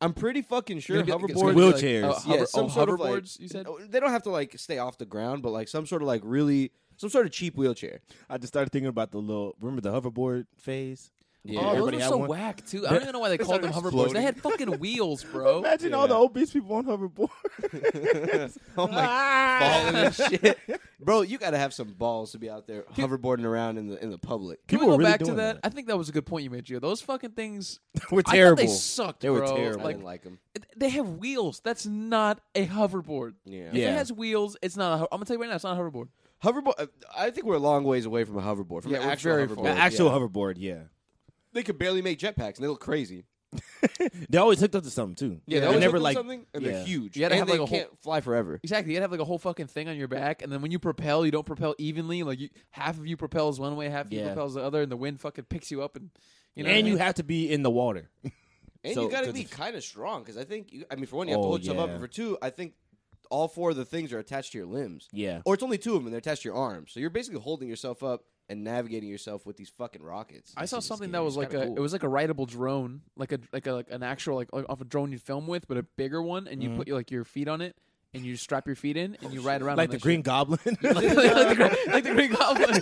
I'm pretty fucking sure
Gonna be- it's
hoverboards.
gonna be like,
Wheelchairs.
uh, hover-
yeah, some
oh,
sort of, like- oh,
hoverboards. you said
They don't have to like stay off the ground, but like some sort of like really some sort of cheap wheelchair.
I just started thinking about the little. Remember the hoverboard phase?
Yeah.
Oh,
Everybody
those are
had
so
one.
whack too. I don't even know why they called them hoverboards. They had fucking wheels, bro.
Imagine
all the
obese people on hoverboard.
oh my, falling and shit, bro! You gotta have some balls to be out there hoverboarding around in the in the public.
Can we
People were
go
really
back to
doing
that?
that.
I think that was a good point you made, Gio. Those fucking things
We're
I thought
terrible.
they sucked,
They were
bro.
terrible.
I
Like
didn't like them.
they have wheels. That's not a hoverboard.
Yeah.
If
Yeah.
it has wheels, it's not. A, ho- I'm gonna tell you right now, it's not a hoverboard.
Hoverboard. uh, I think we're a long ways away from a hoverboard. From
Yeah,
an
we're
actual
very
hoverboard.
far.
An actual
yeah.
hoverboard, yeah.
They could barely make jetpacks, and they look crazy.
They always hooked up to something too.
Yeah, they
they
I
always
never like.
something, and
yeah.
they're huge.
You gotta
and
have,
they
like, a whole-
can't fly forever.
Exactly. You'd have like a whole fucking thing on your back, and then when you propel, you don't propel evenly. Like you, half of you propels one way, half of you
Yeah.
propels the other, and the wind fucking picks you up, and you know. what I
and you
mean?
have to be in the water.
And
So-
you gotta
'cause
be
if-
kind of strong, because I think. You, I mean, for one, you have to
Oh,
hold yourself up,
yeah.
and for two, I think all four of the things are attached to your limbs.
Yeah.
Or it's only two of them, and they're attached to your arms. So you're basically holding yourself up and navigating yourself with these fucking rockets.
I
This
saw
is
something
scary.
that was
It's
like a
kinda cool.
it was like a rideable drone, like a like a like an actual like like off a drone you'd film with, but a bigger one, and
Mm-hmm.
you put your, like your feet on it, and you strap your feet in,
Oh,
and you ride around on
like the
that
Green
shit.
Goblin.
like, the Green- like the Green Goblin.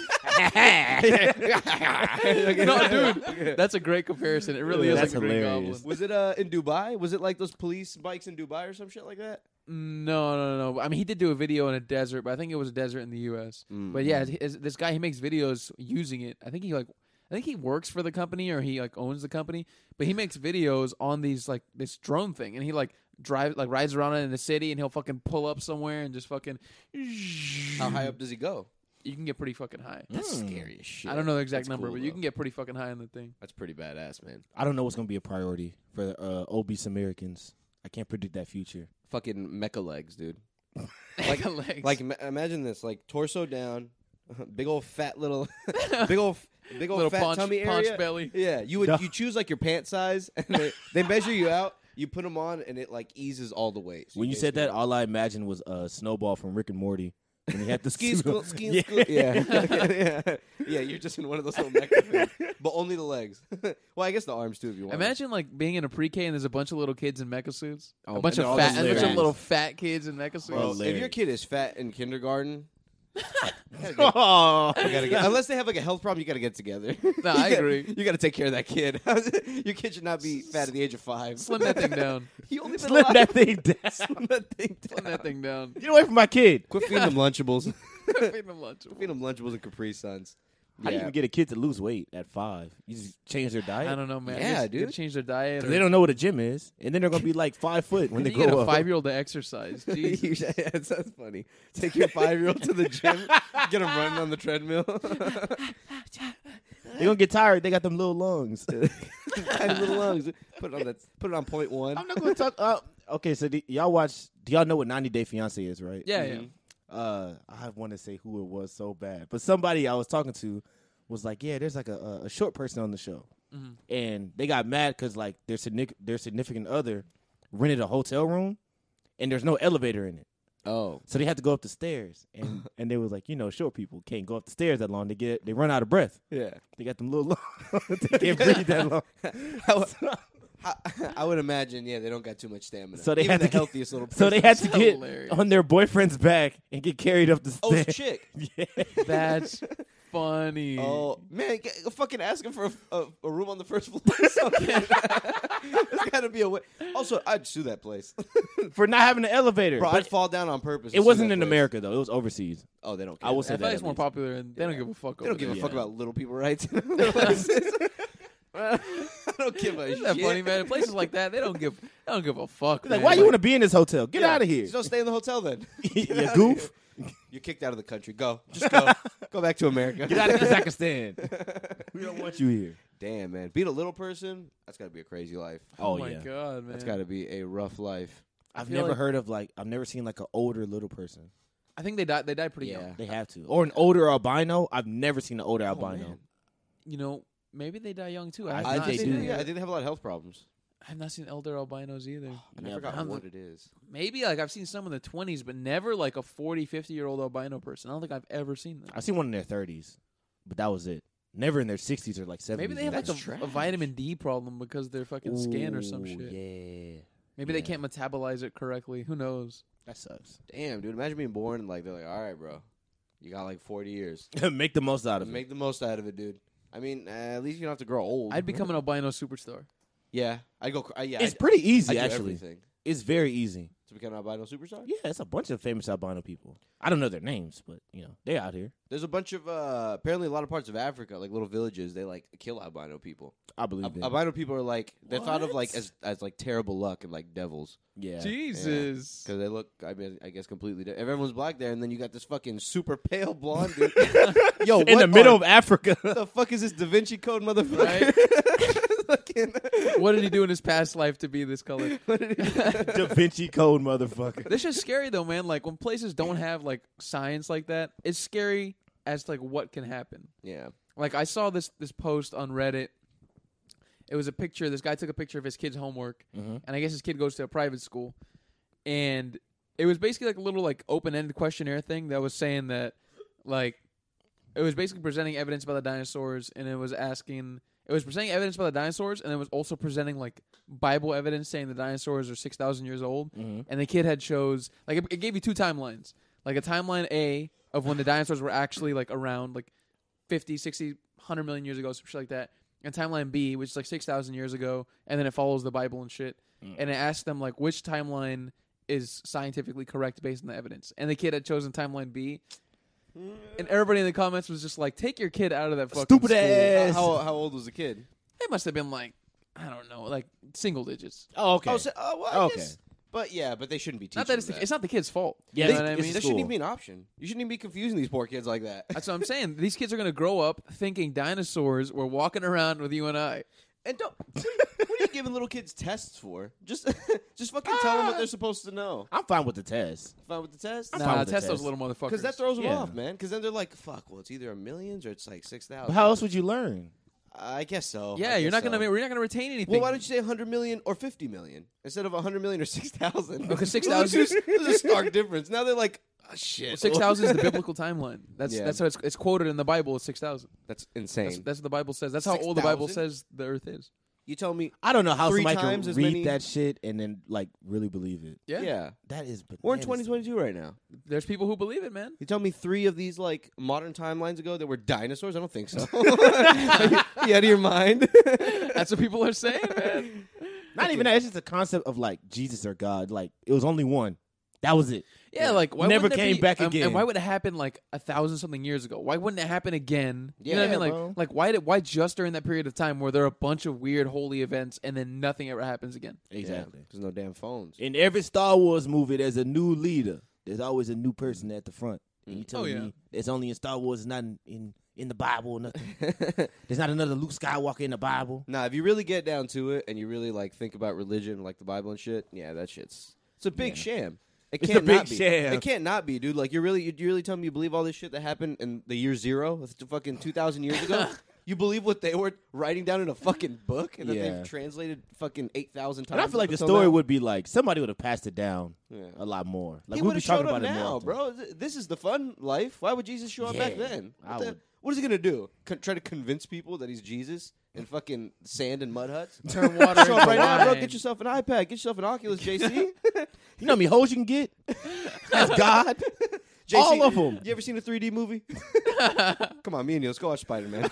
no, dude, that's a great comparison. It really
Yeah,
is
that's
like the Green
hilarious.
Goblin.
Was it uh, in Dubai? Was it like those police bikes in Dubai or some shit like that?
No, no, no, no. I mean, he did do a video in a desert, but I think it was a desert in the U.S.
Mm-hmm.
But yeah, his- his- this guy he makes videos using it. I think he like, I think he works for the company or he like owns the company, but he makes videos on these like this drone thing, and he like drive like rides around in the city, and he'll fucking pull up somewhere and just fucking.
How high up does he go?
You can get pretty fucking high.
That's scary as shit.
Hmm. I don't know the exact
That's
number,
cool,
but you
though.
can get pretty fucking high on the thing.
That's pretty badass, man.
I don't know what's gonna be a priority for uh, obese Americans. I can't predict that future.
Fucking mecha legs, dude.
Like legs.
Like ma- imagine this, like torso down, big old fat little, big old, big old
Little
fat
paunch-
tummy
paunch
area.
belly.
Yeah, you would
No.
you choose like your pant size, and they, they measure you out. You put them on, and it like eases all the weight. So
When you said that,
basically-
all I imagined was uh, Snowball from Rick and Morty. When he had the
Ski,
suit
school,
on.
ski,
Yeah.
school. Yeah. yeah, yeah, You're just in one of those little mecha things, but only the legs. well, I guess the arms too, if you want.
Imagine like being in a pre-K and there's a bunch of little kids in mecha suits,
Oh,
a bunch
and
of
all
fat,
the
a bunch of
lyrics.
little fat kids in mecha suits.
Bro, if
Hilarious.
your kid is fat in kindergarten,
Oh.
You gotta get, unless they have like a health problem, you gotta get together.
No,
You
I
gotta-
agree.
You gotta take care of that kid. Your kid should not be fat at the age of five.
Slim that thing down.
you only been
Slim
alive-
that thing down.
Slim that thing
Slim
down.
that thing down.
Get away from my kid.
Quit feeding them Lunchables.
Feed them lunch.
feeding them Lunchables and Capri Suns.
How do you
Yeah.
even get a kid to lose weight at five? You just change their diet.
I don't know, man.
Yeah,
Just-
dude.
they Change their diet.
They don't know what a gym is, and then they're gonna be like five foot when they
you get
grow
a
up.
five-year-old to exercise. Jeez.
You should- that sounds funny. Take your five year old to the gym, get him running on the treadmill.
They're gonna get tired. They got them little lungs.
Tiny little lungs. Put it on that. Put it on point one.
I'm not gonna talk. Uh, okay, so do y'all watch? Do y'all know what 90 Day Fiance is, right?
Yeah, yeah.
Uh, I want to say who it was so bad, but somebody I was talking to was like, "Yeah, there's like a, a- a short person on the show," and they got mad because like their significant their significant other rented a hotel room, and there's no elevator in it.
Oh,
So they had to go up the stairs, and and they was like, you know, short people can't go up the stairs that long. They get they run out of breath.
yeah.
They got them little long. they can't breathe that long.
I would, I, I would imagine, yeah, they don't got too much stamina.
So they
Even
had
the
to get-
healthiest little. Person.
So they had to
That's
get
hilarious.
on their boyfriend's back and get carried up the
Oh,
stairs.
it's a chick.
yeah.
That's funny.
Oh man, g- fucking ask him for a, a, a room on the first floor. or something. There's got to be a way. Also, I'd sue that place.
for not having an elevator.
Bro,
But
I'd fall down on purpose. to
it
sue
wasn't
that
in
place.
America though; it was overseas.
Oh, they don't. Care
I will
about
say
I
that.
feel
that
like it's
at
more
least.
popular, and they don't give a fuck.
They don't give a
Yeah.
fuck about little people rights. I don't give a
Isn't that
shit.
funny, man? In places like that, they don't give. They don't give a fuck.
Like,
man.
why you want to be in this hotel? Get
Yeah.
out of here,
Just don't stay in the hotel then.
you goof.
You're kicked out of the country. Go. Just go. go back to America.
Get out of Kazakhstan. we don't want you here.
Damn, man. Beat a little person? That's got to be a crazy life.
Oh,
Oh,
my
yeah.
god, man!
That's got to be a rough life.
I've
feel
never
like-
heard of like I've never seen like an older little person.
I think they died. They died pretty
Yeah.
young.
They have to, or an older albino. I've never seen an older albino.
man.
You know, maybe they die young too.
I
I, have
think
not
they
seen
do.
it
Yeah, I
yet.
think they have a lot of health problems.
I have not seen elder albinos either.
I
Yeah,
forgot
I'm
what it is.
Maybe like I've seen some in the twenties, but never like a 40, 50 year old albino person. I don't think I've ever seen them.
I've seen one in their thirties, but that was it. Never in their sixties or like seventies.
Maybe they have like
That's
a, a
trash.
vitamin D problem because they're fucking skin or some shit.
Yeah,
Maybe they
Yeah.
can't metabolize it correctly. Who knows?
that sucks.
Damn, dude. Imagine being born and like they're like, all right, bro. You got like 40 years.
Make the most out of it.
Make the most out of it, dude. I mean, uh, at least you don't have to grow old.
I'd become an albino superstar.
Yeah, I'd go. cr- Uh, yeah,
It's
I'd-
pretty
I'd
easy
do
actually.
everything
It's very easy.
to become an albino superstar.
Yeah, it's a bunch of famous albino people. I don't know their names, but you know they out here.
There's a bunch of uh, apparently a lot of parts of Africa, like little villages, they like kill albino people.
I believe
Ab-
them.
albino people are like they're thought of like
What?
as as like terrible luck and like devils
yeah,
Jesus.
because they look. I mean, I guess completely. Di- everyone's black there, and then you got this fucking super pale blonde dude. Yo,
in
what
the middle
are-
of Africa.
what the fuck is this Da Vinci Code, motherfucker? Fucking-
What did he do in his past life to be this color?
What did he-
da Vinci Code, motherfucker.
This is scary though, man. Like when places don't have like science like that, it's scary as to, like what can happen.
yeah,
Like I saw this this post on Reddit. It was a picture. This guy took a picture of his kid's homework,
Mhm.
and I guess his kid goes to a private school, and it was basically like a little like open ended questionnaire thing that was saying that like it was basically presenting evidence about the dinosaurs, and it was asking it was presenting evidence about the dinosaurs, and it was also presenting like Bible evidence saying the dinosaurs are six thousand years old, and the kid had chose like it, it gave you two timelines, like a timeline A of when the dinosaurs were actually like around like 50, 60, 100 million years ago, some shit like that. And timeline B, which is like 6,000 years ago, and then it follows the Bible and shit.
Mm.
And it asks them, like, which timeline is scientifically correct based on the evidence. And the kid had chosen timeline B. And everybody in the comments was just like, take your kid out of that fucking
Stupid
school.
ass.
how,
Yes.
how how old was the kid?
They must have been like, I don't know, like single digits.
Oh, okay.
Oh, so, oh well, I
Okay.
guess- but yeah, but they shouldn't be teaching.
Not that it's,
them
the, it's not the kid's fault.
Yeah,
you
it's-
know what I
it's
mean?
That
the
shouldn't
school.
even be an option. You shouldn't even be confusing these poor kids like that.
That's what I'm saying. These kids are going to grow up thinking dinosaurs were walking around with you and I.
And don't what are you giving little kids tests for? Just just fucking tell them what they're supposed to know.
I'm fine with the test.
Ah! Fine with the test?
I'm fine
Nah,
with the
test those
test.
little motherfuckers.
Because that throws them
Yeah.
off, man. Because then they're like, "Fuck! Well, it's either a millions or it's like six
But
thousand.
how else would you learn?
I guess so. I
Yeah, you're not
guess
gonna
so.
be, we're not gonna retain anything.
Well, why don't you say hundred million or fifty million instead of hundred million or six thousand?
Because 6,000 is-
There's a stark difference. Now they're like, oh, shit.
six thousand is the biblical timeline? That's
Yeah.
that's how it's, it's quoted in the Bible. It's six thousand.
That's insane.
That's, that's what the Bible says. That's how old the Bible
6,000?
says the Earth is.
you tell me.
I don't know how
Three
somebody
times
can
as
read
many-
that shit and then like really believe it.
Yeah.
yeah.
That is.
We're in
bananas.
2022 right now.
there's people who believe it, man.
You tell me three of these like modern timelines ago that were dinosaurs? I don't think so. Are you, you out of your mind?
That's what people are saying, man.
Not even that. It's just a concept of like Jesus or God. Like it was only one. That was it.
Yeah, like why
Never
wouldn't it
came
be- um,
back
and-
again.
And why would it happen like a thousand something years ago? Why wouldn't it happen again? You know what I
Yeah,
mean? Like,
bro.
like why did why just during that period of time where there are a bunch of weird holy events and then nothing ever happens again?
Yeah, There's no damn phones.
In every Star Wars movie, there's a new leader. There's always a new person at the front. And you
Mm.
tell
Oh,
yeah.
me it's only in Star Wars, it's not in, in in the Bible or nothing. there's not another Luke Skywalker in the Bible.
Nah, if you really get down to it and you really like think about religion, like the Bible and shit, yeah, that shit's it's a big sham. It
It's a
can't
big
not be.
sham.
It can't not be, dude. Like you're really you you really telling me you believe all this shit that happened in the year zero, with the fucking two thousand years ago? You believe what they were writing down in a fucking book, and that
Yeah.
they've translated fucking eight thousand times.
And I feel like the
So
story
now-
would be like somebody would have passed it down
Yeah.
a lot more. Like
he
we'd
would
be
have
talking
showed
about
up
it more
now,
often.
bro. Th- This is the fun life. Why would Jesus show up back
Yeah,
then?
I
What, the-
would-
what is he gonna do? Con- try to convince people that he's Jesus in fucking sand and mud huts?
Turn water
show
into
up right now, bro.
wine.
Get yourself an iPad. Get yourself an Oculus, JC.
You know how many hoes you can get? That's God. All of 'em.
You ever seen a 3D movie? Come on, me and you. Let's go watch Spider Man.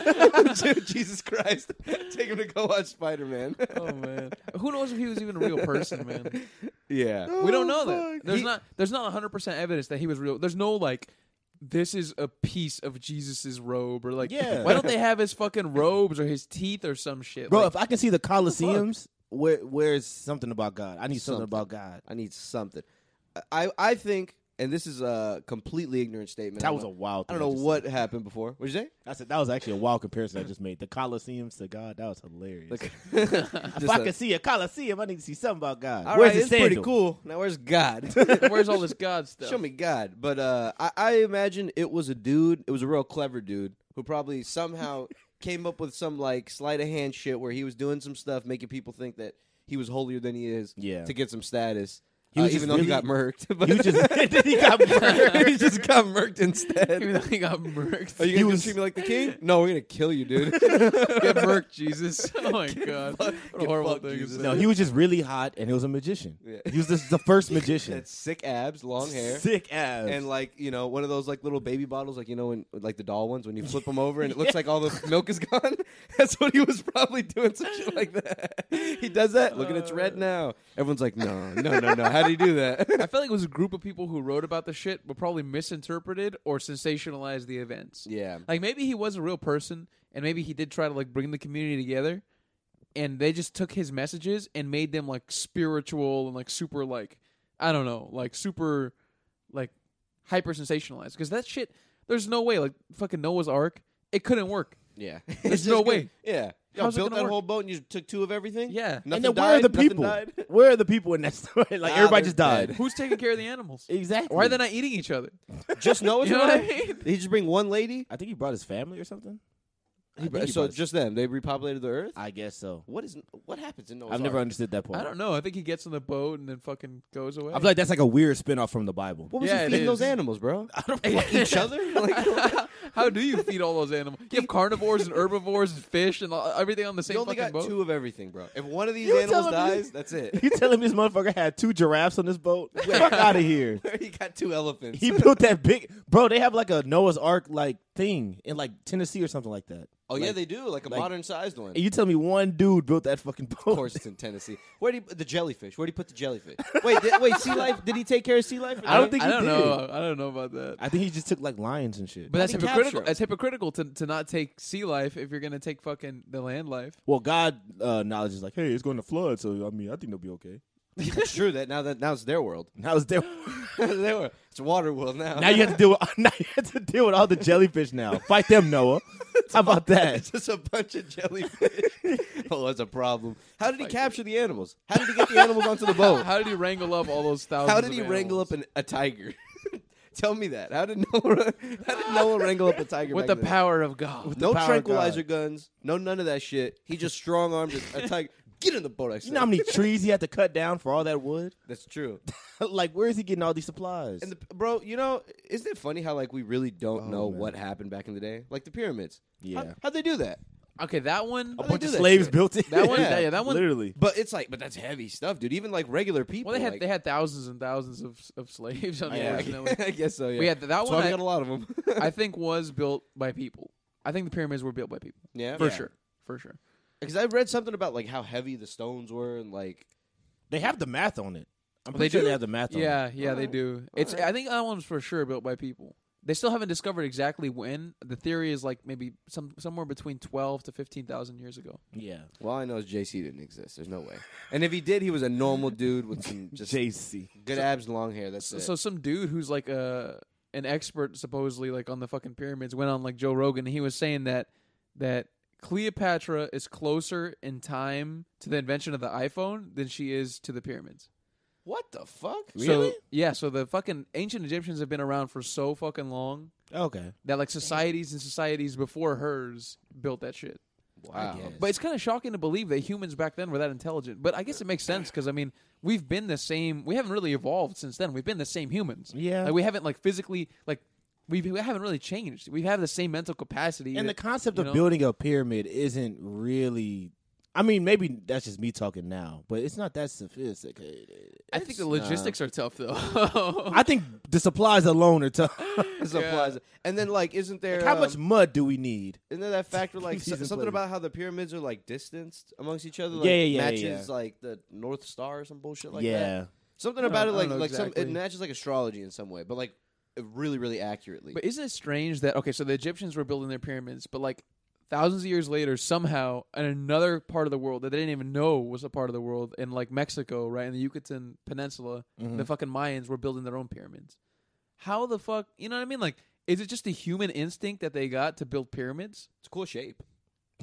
Jesus Christ, take him to go watch Spider Man.
Oh man, who knows if he was even a real person, man?
yeah,
We don't know that.
Oh, fuck.
There's
He-
not there's not 100 percent evidence that he was real. There's no like this is a piece of Jesus's robe or like
Yeah.
why don't they have his fucking robes or his teeth or some shit?
Bro,
Like,
if I can see the Colosseums, where where's something about God? I need something, about God.
I need something. I I think, and this is a completely ignorant statement. I
That was a
don't-
wild.
I
Thing
don't know
just
what happened before. What'd you say?
said. I said that was actually a wild comparison I just made. The Colosseums to God. That was hilarious. if
Just
I
a-
can see a Colosseum, I need to see something about God.
all
where's
right,
his
it's pretty
sandal?
cool. Now where's God?
where's all this God stuff?
Show me God. But uh, I, I imagine it was a dude. It was a real clever dude who probably somehow came up with some like sleight of hand shit where he was doing some stuff, making people think that he was holier than he is.
Yeah.
To get some status.
He was
uh, even
just
though he
really-
got murked. But
You just he got murdered.
he just got murked instead.
Even though he got murked.
Are you
He
gonna
was-
treat me like the king? No, we're gonna kill you, dude.
Get murked, Jesus. Oh my god, what a
get
horrible
fucked,
thing. to
Jesus.
say.
No, he was just really hot, and he was a magician.
Yeah.
He was just the first magician.
That's sick abs, long hair.
sick ass,
and like you know one of those like little baby bottles like you know when like the doll ones when you flip them over and it looks like all the milk is gone that's what he was probably doing some shit like that he does that look at it's red now everyone's like no no no no how do you do
I
that
feel like it was a group of people who wrote about the shit, but probably misinterpreted or sensationalized the events.
yeah
Like maybe he was a real person, and maybe he did try to like bring the community together, and they just took his messages and made them like spiritual and like super like I don't know, like super like hyper sensationalized because that shit. There's no way like fucking Noah's Ark. It couldn't work.
yeah
There's
It's
no
just
way.
gonna- yeah y'all
How's it
built
gonna
that
work?
whole boat and you took two of everything
Yeah.
nothing
and then where
died,
are the
Nothing
people?
died?
Where are the people in that story? Like
Nah,
everybody
they're
just died.
dead.
Who's taking care of the animals?
Exactly.
Why are they not eating each other?
just Noah's
You know what I
Ark?
mean?
Did he just bring one lady
I think he brought his family or something. I
He br-
think he
so
brought his-
just them they repopulated the earth
I guess so.
what is what happens in Noah's
I've never
Ark?
understood that part.
I don't know. I think he gets on the boat and then fucking goes away.
I feel like that's like a weird spinoff from the Bible.
what was
Yeah,
he
it
feeding those
is.
animals bro
I don't
like each other like
How do you feed all those animals? You have carnivores and herbivores and fish and all- everything on the same
you only
fucking
got
boat.
two of everything, bro. If one of these
You
animals
telling me-
dies, that's it.
You telling me this motherfucker had two giraffes on this boat? Fuck out of here.
he got two elephants.
He built that big bro. They have like a Noah's Ark like thing in like Tennessee or something like that.
oh yeah,
Like-
they do like a
like-
modern sized one.
And you tell me one dude built that fucking boat?
of course, it's in Tennessee. Where do you, the jellyfish? Where do you put the jellyfish? wait, did, wait, sea life? Did he take care of sea life?
I don't think
I
he
don't
did.
know. I don't know about that.
I think he just took like lions and shit.
But that's
do you capture
hypocritical.
'em?
That's hypocritical to, to not take sea life if you're gonna take fucking the land life.
well, God uh, knowledge is like, hey, it's going to flood, so I mean, I think they'll be okay.
it's true that now that now it's their world.
Now it's there.
They were- It's a water world now.
now you have to deal. With, now you have to deal with all the jellyfish. Now fight them, Noah. How about that?
it's just a bunch of jellyfish. oh, that's a problem. How did he capture the animals? How did he get the animals onto the boat?
How did he wrangle up all those thousands?
How did
of
he wrangle
animals?
up an, a tiger? Tell me that. How did Noah? How did Noah wrangle up a tiger?
with
back
the
in day?
power of God?
No
power of
tranquilizer guns, no none of that shit. He just strong armed a tiger. Get in the boat, I said.
You know how many trees he had to cut down for all that wood?
That's true.
like, where is he getting all these supplies?
And the, bro, you know, isn't it funny how like we really don't
Oh,
know
man.
what happened back in the day? Like the pyramids.
Yeah.
How, would they do that?
Okay, that one.
a
they
bunch
do
of
that
slaves
shit?
built it.
That one.
Yeah.
Yeah, that one.
Literally.
But it's like, but that's heavy stuff, dude. Even like regular people.
Well, they had
like,
they had thousands and thousands of of slaves.
yeah,
Unfortunately,
I guess so. Yeah,
We had that
That's
one
why we
I-
got a lot of them.
I think was built by people. I think the pyramids were built by people
yeah,
for sure, for sure.
Because I read something about like how heavy the stones were and like
They have the math on it. I'm
They
pretty sure
do?
they have the math on it.
Yeah, yeah, they
Alright.
do. It's
Alright.
I think that one's for sure built by people. They still haven't discovered exactly when. The theory is like maybe some somewhere between twelve to fifteen thousand years ago.
Yeah.
well, I know is JC didn't exist. There's no way. And if he did, he was a normal dude with some just
JC.
good abs and long hair. That's
So,
it.
so some dude who's like a an expert supposedly like on the fucking pyramids went on like Joe Rogan and he was saying that that Cleopatra is closer in time to the invention of the iPhone than she is to the pyramids.
what the fuck?
So yeah, so the fucking ancient Egyptians have been around for so fucking long
Okay.
That like societies and societies before hers built that shit.
Wow.
guess.
But it's kind of shocking to believe that humans back then were that intelligent. But I guess it makes sense because I mean we've been the same. We haven't really evolved since then. We've been the same humans.
Yeah.
Like we haven't like physically like we, we haven't really changed. We have the same mental capacity.
And the
that-
concept
you
of
know?
building a pyramid isn't really. I mean, maybe that's just me talking now, but it's not that sophisticated.
I think the logistics are tough though.
I think the supplies alone are tough.
It's a
Yeah.
plaza. And then like, isn't there
How
um,
much mud do we need?
Isn't there that factor like so-
Season
something
play.
about how the pyramids are like distanced amongst each other?
Yeah,
Like,
yeah, yeah,
Matches
yeah.
like the North Star or some bullshit like that.
yeah.
Something
don't-
about
I
it
don't
like
know
like some
exactly.
it matches like astrology in some way, but like really really accurately.
But isn't it strange that okay, so the Egyptians were building their pyramids, but like thousands of years later, somehow in another part of the world that they didn't even know was a part of the world, in like Mexico, right, in the Yucatan Peninsula, the fucking Mayans were building their own pyramids. How the fuck, you know what I mean? Like, is it just the human instinct that they got to build pyramids?
it's a cool shape.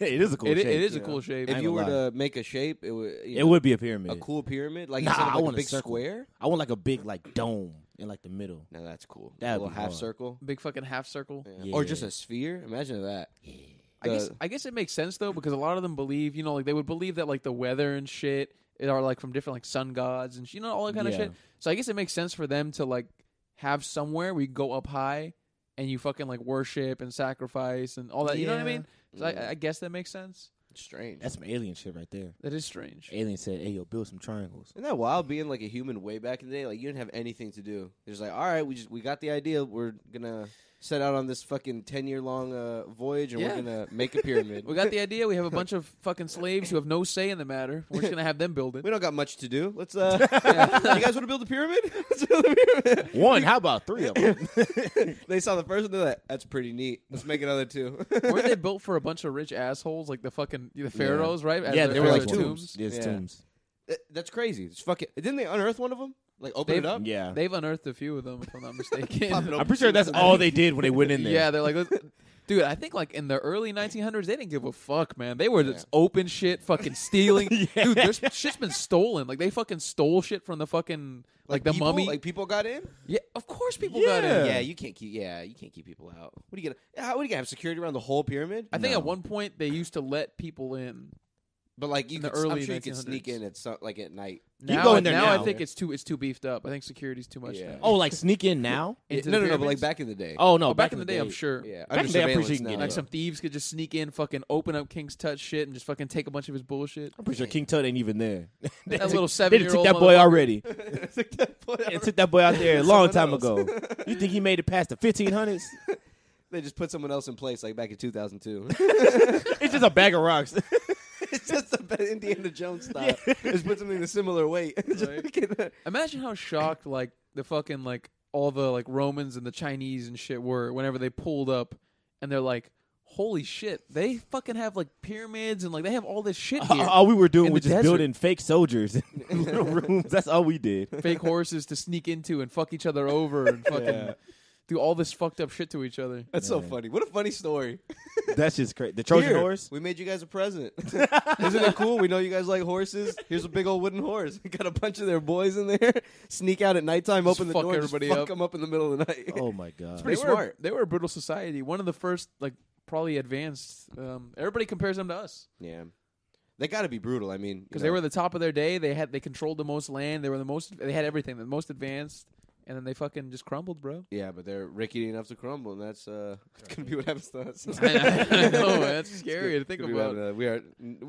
it is a cool.
It-
shape,
it is a
yeah.
cool shape.
I
If
ain't
you were
gonna
to make a shape, it would you
It
know,
would be a pyramid.
a cool pyramid like
Nah,
instead of
I
like
want
a
a
big
circle.
square.
I want like a big like dome in like the middle.
No, that's cool.
That'd
a little
be
half
hard.
circle,
Big fucking half circle.
Yeah. or just
Yeah.
a sphere. Imagine that.
I guess
The-
I guess it makes sense though because a lot of them believe, you know, like they would believe that like the weather and shit are like from different like sun gods and sh- you know all that kind
Yeah.
of shit. So I guess it makes sense for them to like have somewhere where you go up high and you fucking like worship and sacrifice and all that. You know what I
Yeah. Mm.
mean? So I, I guess that makes sense.
strange.
That's some alien shit right there.
That is strange.
Alien said, "Hey, yo, build some triangles."
Isn't that wild being like a human way back in the day? Like you didn't have anything to do. There's like, all right, we just we got the idea. We're gonna set out on this fucking ten year long uh, voyage, and
Yeah.
we're gonna make a pyramid.
We got the idea. We have a bunch of fucking slaves who have no say in the matter. We're just gonna have them build it.
we don't got much to do. Let's. uh You guys want to build a pyramid? Let's build a pyramid.
One, how about three of them?
they saw the first one. They're like, that's pretty neat. Let's make another two.
Weren't they built for a bunch of rich assholes like the fucking the pharaohs, right? As
yeah,
their-
they were
as
like
their
tombs. There's
Yeah.
tombs.
That- that's crazy. It's fucking. Didn't they unearth one of them? Like open
They've-
it up.
Yeah,
They've unearthed a few of them, if I'm not mistaken.
Pop it
I'm pretty sure that's all they did when they went in there.
Yeah, they're like, "Let's-" dude, I think like in the early 1900s, they didn't give a fuck, man. They were just open shit, fucking stealing. Dude, there's shit's been stolen. Like they fucking stole shit from the fucking like, the
people,
mummy.
Like people got in.
yeah, of course people got
Yeah.
in.
Yeah, you can't keep. Yeah, you can't keep people out. What do you gonna? How what are you gonna have security around the whole pyramid?
I think
No.
at one point they used to let people in.
But like you
In
could,
the
I'm
early
sure you could sneak
1900s.
in at some, like at night.
You
Now,
go in there now.
I think it's too it's too beefed up. I think security's too much.
Yeah.
now.
Oh, like sneak in now?
Into
no,
the
no, no. But like
pyramids?
back in the day.
Oh no,
Oh, back, in the day, I'm sure.
yeah.
Back
Under
in the day, I'm pretty
surveillance
sure you can
now,
get
though.
Like some thieves could just sneak in, fucking open up King's Tut shit, and just fucking take a bunch of his bullshit.
I'm pretty sure King Tut ain't even there. They
That little
took- They done took
seven-year-old
that boy
motherfucker.
already.
It's like that point
They
where
took that boy out there a long
Someone
time
else.
ago. You think he made it past the 1500s?
They just put someone else in place, like back in 2002.
It's just a bag of rocks.
it's just a bad Indiana Jones style. Just put something in a similar weight. Just get the-
Imagine how shocked like the fucking like all the like Romans and the Chinese and shit were whenever they pulled up and they're like, "Holy shit, they fucking have like pyramids and like they have all this shit here."
all we were doing
In
was
the
just
desert.
building fake soldiers in little rooms. That's all we did.
Fake horses to sneak into and fuck each other over and fucking
Yeah.
do all this fucked up shit to each other.
That's so funny. What a funny story.
That's just crazy. The Trojan
Here,
horse.
We made you guys a present. Isn't it cool? We know you guys like horses. Here's a big old wooden horse. We got a bunch of their boys in there. Sneak out at nighttime,
Just
open the
fuck
door,
everybody
just fuck
up.
them up in the middle of the night.
Oh my god.
pretty
they were-
smart.
they were a brutal society. One of the first like probably advanced. Um, everybody compares them to us
Yeah. They got to be brutal. I mean,
because they were the top of their day. They had they controlled the most land. They were the most. They had everything. The most advanced. And then they fucking just crumbled, bro.
Yeah, but they're rickety enough to crumble, and that's uh, gonna be what happens to us.
I know, I know, that's scary to think
Gonna be what
about.
happened to- We are,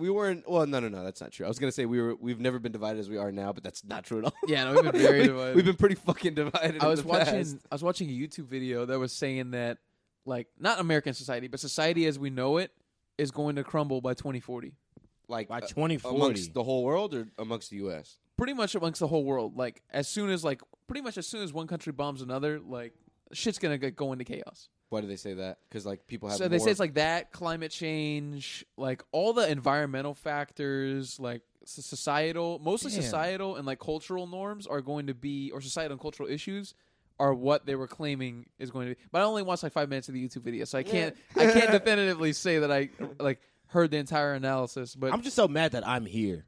we weren't. Well, no, no, no, that's not true. I was gonna say we were, we've never been divided as we are now, but that's not true at all.
Yeah, no, we've been very
We-
divided.
We've been pretty fucking divided.
I
in
was
the
watching
past.
I was watching a YouTube video that was saying that like not American society, but society as we know it is going to crumble by 2040.
like
By
uh,
2040.
amongst the whole world or amongst the U.S.
Pretty much amongst the whole world. Like as soon as like pretty much as soon as one country bombs another, like shit's going to get go into chaos.
Why do they say that? Because like people have.
So they
more-
say it's like that, climate change, like all the environmental factors, like s- societal, mostly
Damn.
societal and like cultural norms are going to be, or societal and cultural issues are what they were claiming is going to be. But I only watched like five minutes of the YouTube video, so I can't, I can't definitively say that I like heard the entire analysis. But
I'm just so mad that I'm here.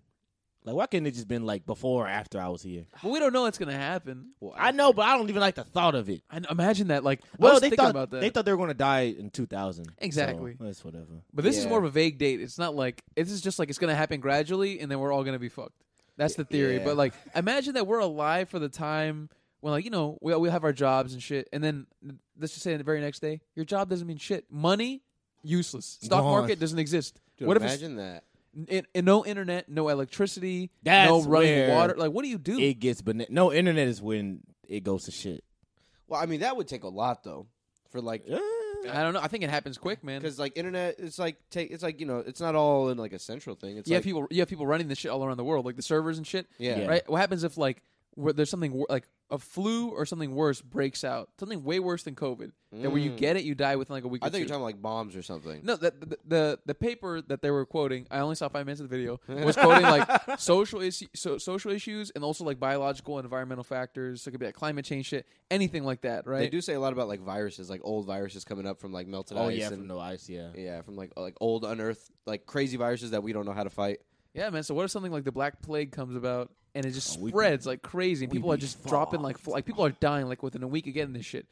Like, why couldn't it just been like before or after I was here?
But we don't know what's gonna happen.
I know, but I don't even like the thought of it.
I kn- imagine that. Like, I
Well,
was
they
thinking
thought
about that.
they thought they were going to die in 2000.
Exactly.
So, that's whatever.
but this is
Yeah.
more of a vague date. It's not like this is just like it's gonna happen gradually, and then we're all gonna be fucked. That's the theory.
Yeah.
But like, imagine that we're alive for the time when, like, you know, we we have our jobs and shit, and then let's just say the very next day, your job doesn't mean shit. Money, useless. Stock
Gone.
market doesn't exist.
Dude,
what if it's
imagine that?
in, in no internet, no electricity, no
That's
running
where
water? Like, what do you do?
It gets bana- no internet is when it goes to shit.
Well, I mean, that would take a lot though, for like
Yeah.
I don't know. I think it happens quick, man.
because like internet, it's like take, it's like you know, it's not all in like a central thing. It's
you have
like
people you have people running this shit all around the world like the servers and shit
Yeah.
Yeah.
right what happens if like where there's something wor- like a flu or something worse breaks out something way worse than covid that where you
Mm.
get it you die within like a week
I
or
thought you were
two.
talking like bombs or something.
no, the, the the the paper that they were quoting, I only saw five minutes of the video. Was quoting like social issues, so, social issues, and also like biological and environmental factors. So it could be like climate change shit, anything like that, right?
They do say a lot about like viruses, like old viruses coming up from like melted
Oh
ice
yeah, from
and
no ice. Yeah.
yeah, from like like old unearthed like crazy viruses that we don't know how to fight.
Yeah, man. So what if something like the Black Plague comes about and it just
Oh, we'd be-
spreads like crazy? And
we'd
people are
be
just dropping like fl- like people are dying like within a week again. This shit.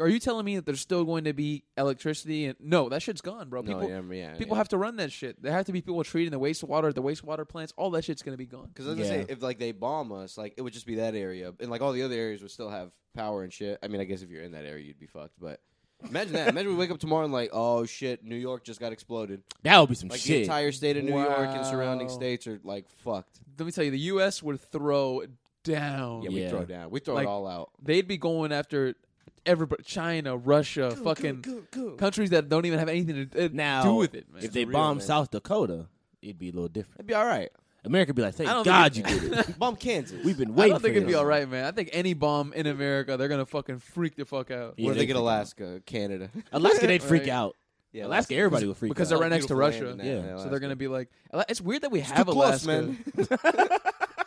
Are you telling me that there's still going to be electricity? And no, that shit's gone, bro. People,
no, yeah, I mean, yeah,
people have to run that shit. There have to be people treating the wastewater, at the wastewater plants. All that shit's gonna be gone.
because I was gonna
Yeah.
say if like they bomb us, like it would just be that area, and like all the other areas would still have power and shit. I mean, I guess if you're in that area, you'd be fucked. But imagine that. imagine we wake up tomorrow and like, oh shit, New York just got exploded.
That would be some
Like the
shit.
entire state of New York and surrounding
Wow.
states are like fucked.
Let me tell you, the U.S. would throw down.
Yeah,
we-
we
Yeah.
throw it down. We throw
Like-
it all out.
They'd be going after everybody, China, Russia, fucking countries that don't even have anything to uh,
now
do with it, man.
If they
real,
bomb
man.
South Dakota, it'd be a little different.
It'd be all right.
America would be like,
I don't
thank
think
God you
it-
did it.
Bomb Kansas.
We've been
I
waiting.
don't think
for
it'd be
this.
all right, man. I think any bomb in America, they're gonna fucking freak the fuck out
Yeah,
Where do they
they
get
freak out.
Alaska, Canada?
Alaska, they'd freak
Right.
out.
Yeah,
Alaska, everybody would freak
because
out.
they're right next to
Beautiful
Russia.
land in
Yeah.
that,
So
Alaska.
they're gonna be like, Ala- it's weird that we
too
have
close,
Alaska.
man.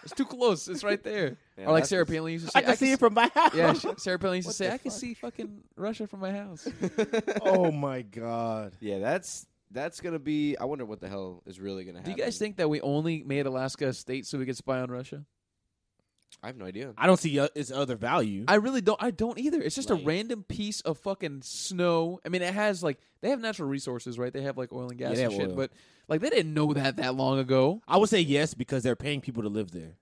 It's too close. It's right there.
Yeah,
or like Sarah
Alaska's-
Palin used to say,
I can see it
s-
from my house.
Yeah, she- Sarah Palin used to
What
say,
the
I can see fucking Russia from my house.
oh my God.
Yeah, that's that's gonna be. I wonder what the hell is really
Do
gonna happen.
you guys think that we only made Alaska a state so we could spy on Russia?
I have no idea.
I don't see uh, its other value.
I really don't. I don't either. It's just a
Like-
random piece of fucking snow. I mean, it has like they have natural resources, right? They have like oil and gas
they
and
have
shit,
oil.
but like they didn't know that that long ago.
I would say yes because they're paying people to live there.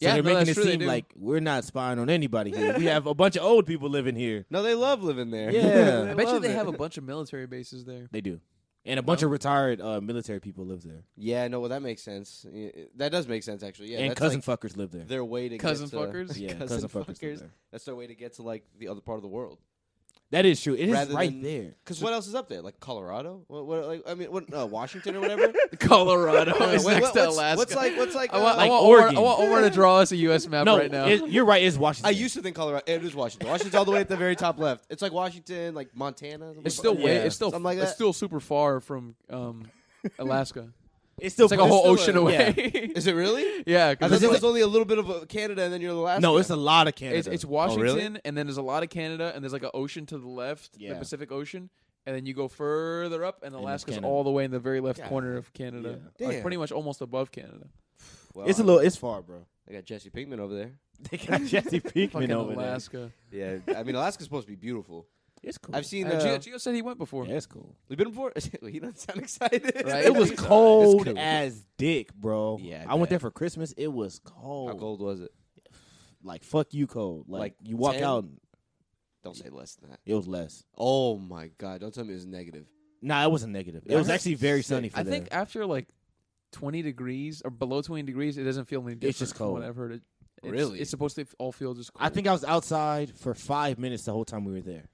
So
Yeah,
they're
no,
making
that's
it
true, they
seem
do.
like we're not spying on anybody here. we have a bunch of old people living here.
No, they love living there.
Yeah.
I
They
bet you
love
they
it.
have a bunch of military bases there.
They do. And a bunch of retired uh, military people live there.
Yeah, no, well that makes sense. Yeah, That does make sense actually. Yeah,
and
that's
cousin
like
fuckers live there.
their way to
Cousin
get to,
fuckers?
Yeah,
cousin
cousin fuckers live
fuckers.
there.
That's their way to get to like the other part of the world.
That is true. It is
Rather
right
than-
there.
Because what else is up there? Like Colorado? What? what like I mean, what? Uh, Washington or whatever.
Colorado
Uh,
is
wait,
next
what-
to
what's-
Alaska.
What's like? What's like?
I want,
uh,
I
Like
want Omar, I
Oregon.
want Omar to draw us a U.S. map
No,
right now.
it- you're right. It's
I
Washington.
used to think Colorado. It is Washington. Washington's all the way at the very top left. It's like Washington, like Montana.
it's still way.
Yeah.
It's still.
Something like
it's
that.
still super far from um, Alaska.
It's still
It's like a whole ocean
still a-
away.
Is it really?
yeah,
I
'cause
thought
it's,
there
like-
was only a little bit of uh, Canada, and then you're Alaska.
No, it's a lot of Canada. Oh,
it's, it's
Oh, really?
Washington, and then there's a lot of Canada, and there's like an ocean to the left, the
Yeah.
Pacific Ocean, and then you go further up, and Alaska's
Canada.
all the way in the very left
God.
corner of Canada,
Yeah.
like
Damn.
pretty much almost above Canada.
Well,
It's a little. It's far, bro.
They got Jesse Pinkman over there.
They got Jesse
Fucking
Pinkman over there.
Alaska.
Yeah, I mean Alaska's supposed to be beautiful.
It's cool.
I've seen.
Uh,
Uh,
Gio, Gio said he went before.
Yeah, it's cool.
we've been before. he doesn't sound excited.
Right?
It was
It's
cold
cool.
as dick, bro.
Yeah, I
I, went
bet.
there for Christmas. It was cold.
How cold was it?
Like fuck you, cold. Like,
Like
you walk
10?
out, and
Don't say less than that.
it was less.
Oh my god! Don't tell me it was negative.
Nah, it wasn't negative. It
Yeah.
was actually very sunny for
I
them.
think after like 20 degrees or below 20 degrees, it doesn't feel any different.
It's just
from What
cold.
I've heard it. It's,
Really?
It's supposed to f- all feel just cold.
I think I was outside for five minutes the whole time we were there.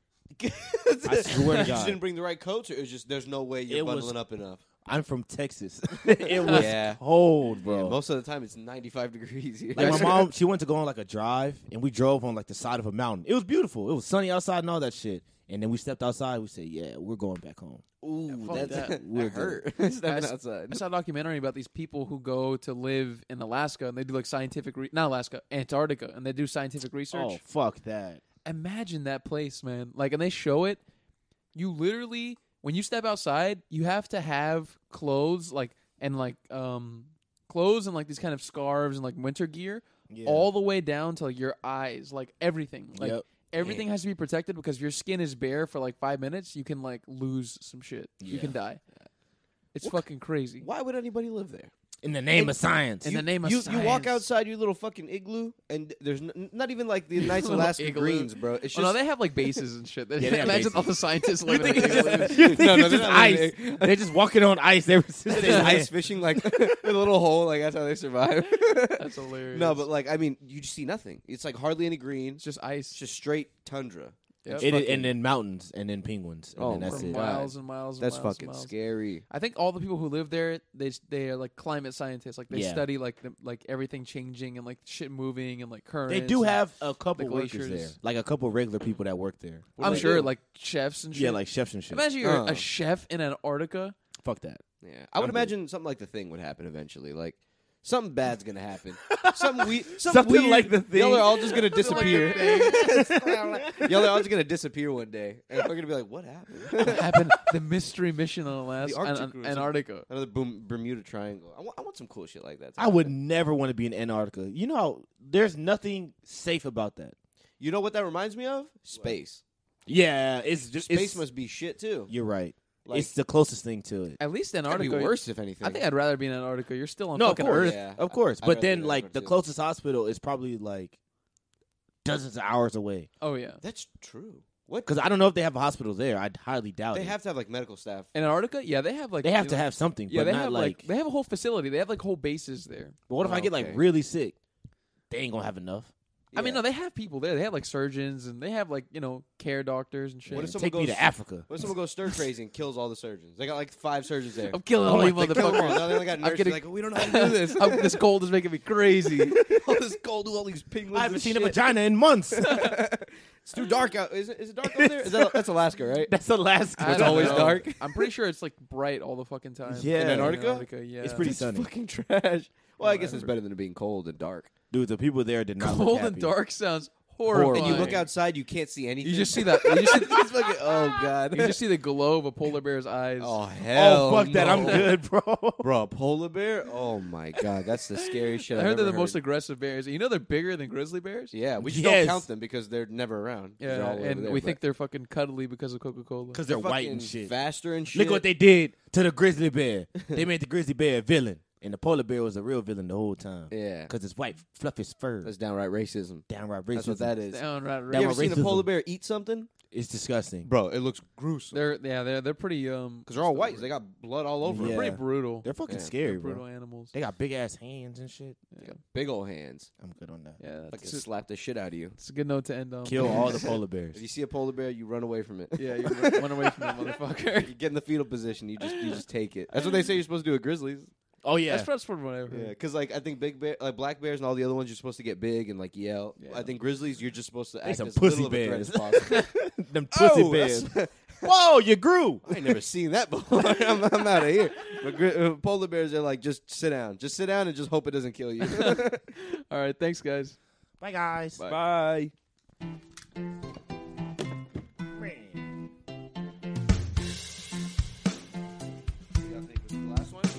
I
swear to
you just
God.
didn't bring the right coats, or it was just there's no way you're
It was-
bundling up enough.
I'm from Texas. it was
Yeah.
cold,
Yeah,
bro.
most of the time it's 95 degrees here.
like my mom, she went to go on like a drive, and we drove on like the side of a mountain. It was beautiful. It was sunny outside and all that shit. And then we stepped outside. We said, "Yeah, we're going back home."
Ooh,
fuck
that's,
that.
that
We're
hurt.
I
Stepping
s- I
outside.
saw a documentary about these people who go to live in Alaska and they do like scientific, re- not Alaska, Antarctica, and they do scientific research.
Oh fuck that!
Imagine that place, man. Like, and they show it. You literally, when you step outside, you have to have clothes like and like um clothes and like these kind of scarves and like winter gear
Yeah.
all the way down to your eyes, like everything. Like
Yep.
everything has to be protected because if your skin is bare for like five minutes, you can like lose some shit. You can die. It's fucking crazy.
Why would anybody live there?
in the name of science.
In the name of
You, you
science.
walk outside your little fucking igloo, and there's n- not even like the nice
Little
Alaska
igloo.
greens, bro. It's just
Oh, no, they have like bases and shit.
they have
Imagine all
bases.
the scientists living in igloos.
you think
No, no,
it's
they're
just
not
ice.
living
they're just walking on ice ever since
They
they
ice fishing like with a little hole, like that's how they survive.
That's hilarious.
no, but like I mean, you just see nothing. It's like hardly any greens,
it's
just
just ice.
just straight tundra.
Yep.
It,
fucking-
and then mountains and then penguins. And
Oh,
then that's
for
it.
God.
miles and miles. And
That's
miles
fucking
and miles.
scary.
I think all the people who live there, they they are like climate scientists. Like they
Yeah.
study like the, like everything changing and like shit moving and like currents.
They do
and-
have a couple
the
workers
glaciers.
there, like a couple regular people that work there.
What do
I'm
they
sure,
do?
like chefs and shit.
Yeah, like chefs and shit.
imagine you're
Uh.
a chef in Antarctica.
Fuck that.
Yeah, I
I'm
would
good.
imagine something like the thing would happen eventually. Like something bad's gonna happen. something we something,
Something like
weird.
The
Y'all
Thing.
are all just gonna
Something like
disappear.
The
Y'all are all just gonna disappear one day, and we're gonna be like, "What happened?"
What happened? The mystery mission on Alaska, an-
Arctic or
an-
something.
Antarctica.
Another boom, Bermuda Triangle. I want- I want some cool shit like that. to
I would
happen.
never want to be in Antarctica. You know, how there's nothing safe about that.
You know what that reminds me of? Space.
Yeah, it's just
Space
it's-
must be shit too.
You're right.
Like,
it's the closest thing to it.
At least
Gotta
Antarctica.
be worse if anything.
I think I'd rather be in Antarctica. You're still on
No, of
fucking
course,
Earth.
Yeah,
of course.
I'd rather
but
be
then,
in
like the
Antarctica.
closest hospital is probably like dozens of hours away.
Oh yeah.
that's true. What?
Because I don't know if they have a hospital there. I highly doubt
They
it.
have to have like medical staff.
In Antarctica, yeah, they have like
they have
you
to
know-
have something.
Yeah,
but
they
not
have
like.
like, they have a whole facility. They have like whole bases there.
but what if
Oh,
I get like
okay.
really sick? They ain't gonna have enough.
I mean, no,
Yeah.
they have people there. They have like surgeons and they have like you know care doctors and shit.
What if
Man,
someone
take me
goes-
to Africa?
What if someone goes stir crazy and kills all the surgeons? They got like five surgeons there.
I'm killing all
Oh,
you
my
Kill them all.
motherfuckers.
Now they only got nurses.
getting-
Like "Oh, we don't know how to do this.
I'm- this cold is making me crazy.
all this gold, all these penguins.
I haven't
and
seen a
shit.
vagina in months.
It's too dark out. Is it, is it dark out there? Is that, that's Alaska, right?
That's Alaska.
I
It's
don't
always
know.
dark.
I'm pretty sure it's like bright all the fucking time.
Yeah. In
Antarctica?
yeah.
It's pretty
It's
sunny.
fucking trash. Well, I guess it's
Whatever.
better than being cold and dark.
Dude, the people there did not look
cold and
happy.
dark. Sounds
Horrifying.
horrible.
And you look outside, you can't see anything.
You just see that. You just see,
It's fucking- oh god.
you just see the glow of a polar bear's eyes.
oh hell.
Oh fuck that! I'm
no.
good, bro.
Bro, a polar bear? Oh my god, that's the scariest shit
I
I've
heard they're
ever
the most aggressive bears. You know they're bigger than grizzly bears.
Yeah, we just
Yes.
don't count them because they're never around. They're
Yeah,
all over
and
there,
we
but
think they're fucking cuddly because of Coca Cola.
Because they're white and
fucking
shit.
faster and shit.
Look what they did to the grizzly bear. They made the grizzly bear a villain, and the polar bear was a real villain the whole time.
Yeah,
Because it's white, fluff is fur.
that's downright racism.
downright racism.
That's what that is.
Downright
That
you
racist.
ever
was
seen a
racism.
polar bear eat something?
It's disgusting.
Bro, it looks gruesome.
They're yeah, they're they're pretty um
Because they're all white. They got blood all over
they're
them.
Yeah.
pretty brutal.
They're fucking
Yeah,
scary,
They're
bro.
brutal animals.
They got big ass hands and shit.
They got big old hands.
I'm good on that.
Yeah,
Like
that's it.
slap the shit out of you.
It's a good note to end on.
Kill all the polar
If
bears.
you see a polar bear, you run away from it.
Yeah, you run run away from that motherfucker.
you get in the fetal position. You just you just take it. That's what they say you're supposed to do with grizzlies.
Oh yeah.
That's probably from what I heard.
Yeah, because like I think big bear, like black bears, and all the other ones, you're supposed to get big and like yell.
Yeah.
I think grizzlies, you're just supposed to
They
act
some
as
pussy
little of a threat
bears.
as possible.
Them pussy
Oh, that's-
bears. Whoa, you grew.
I ain't never seen that before. I'm, I'm out of here. But gri- uh, polar bears are like, just sit down, just sit down, and just hope it doesn't kill you.
All right, thanks guys.
Bye guys.
Bye.
Bye.
last one.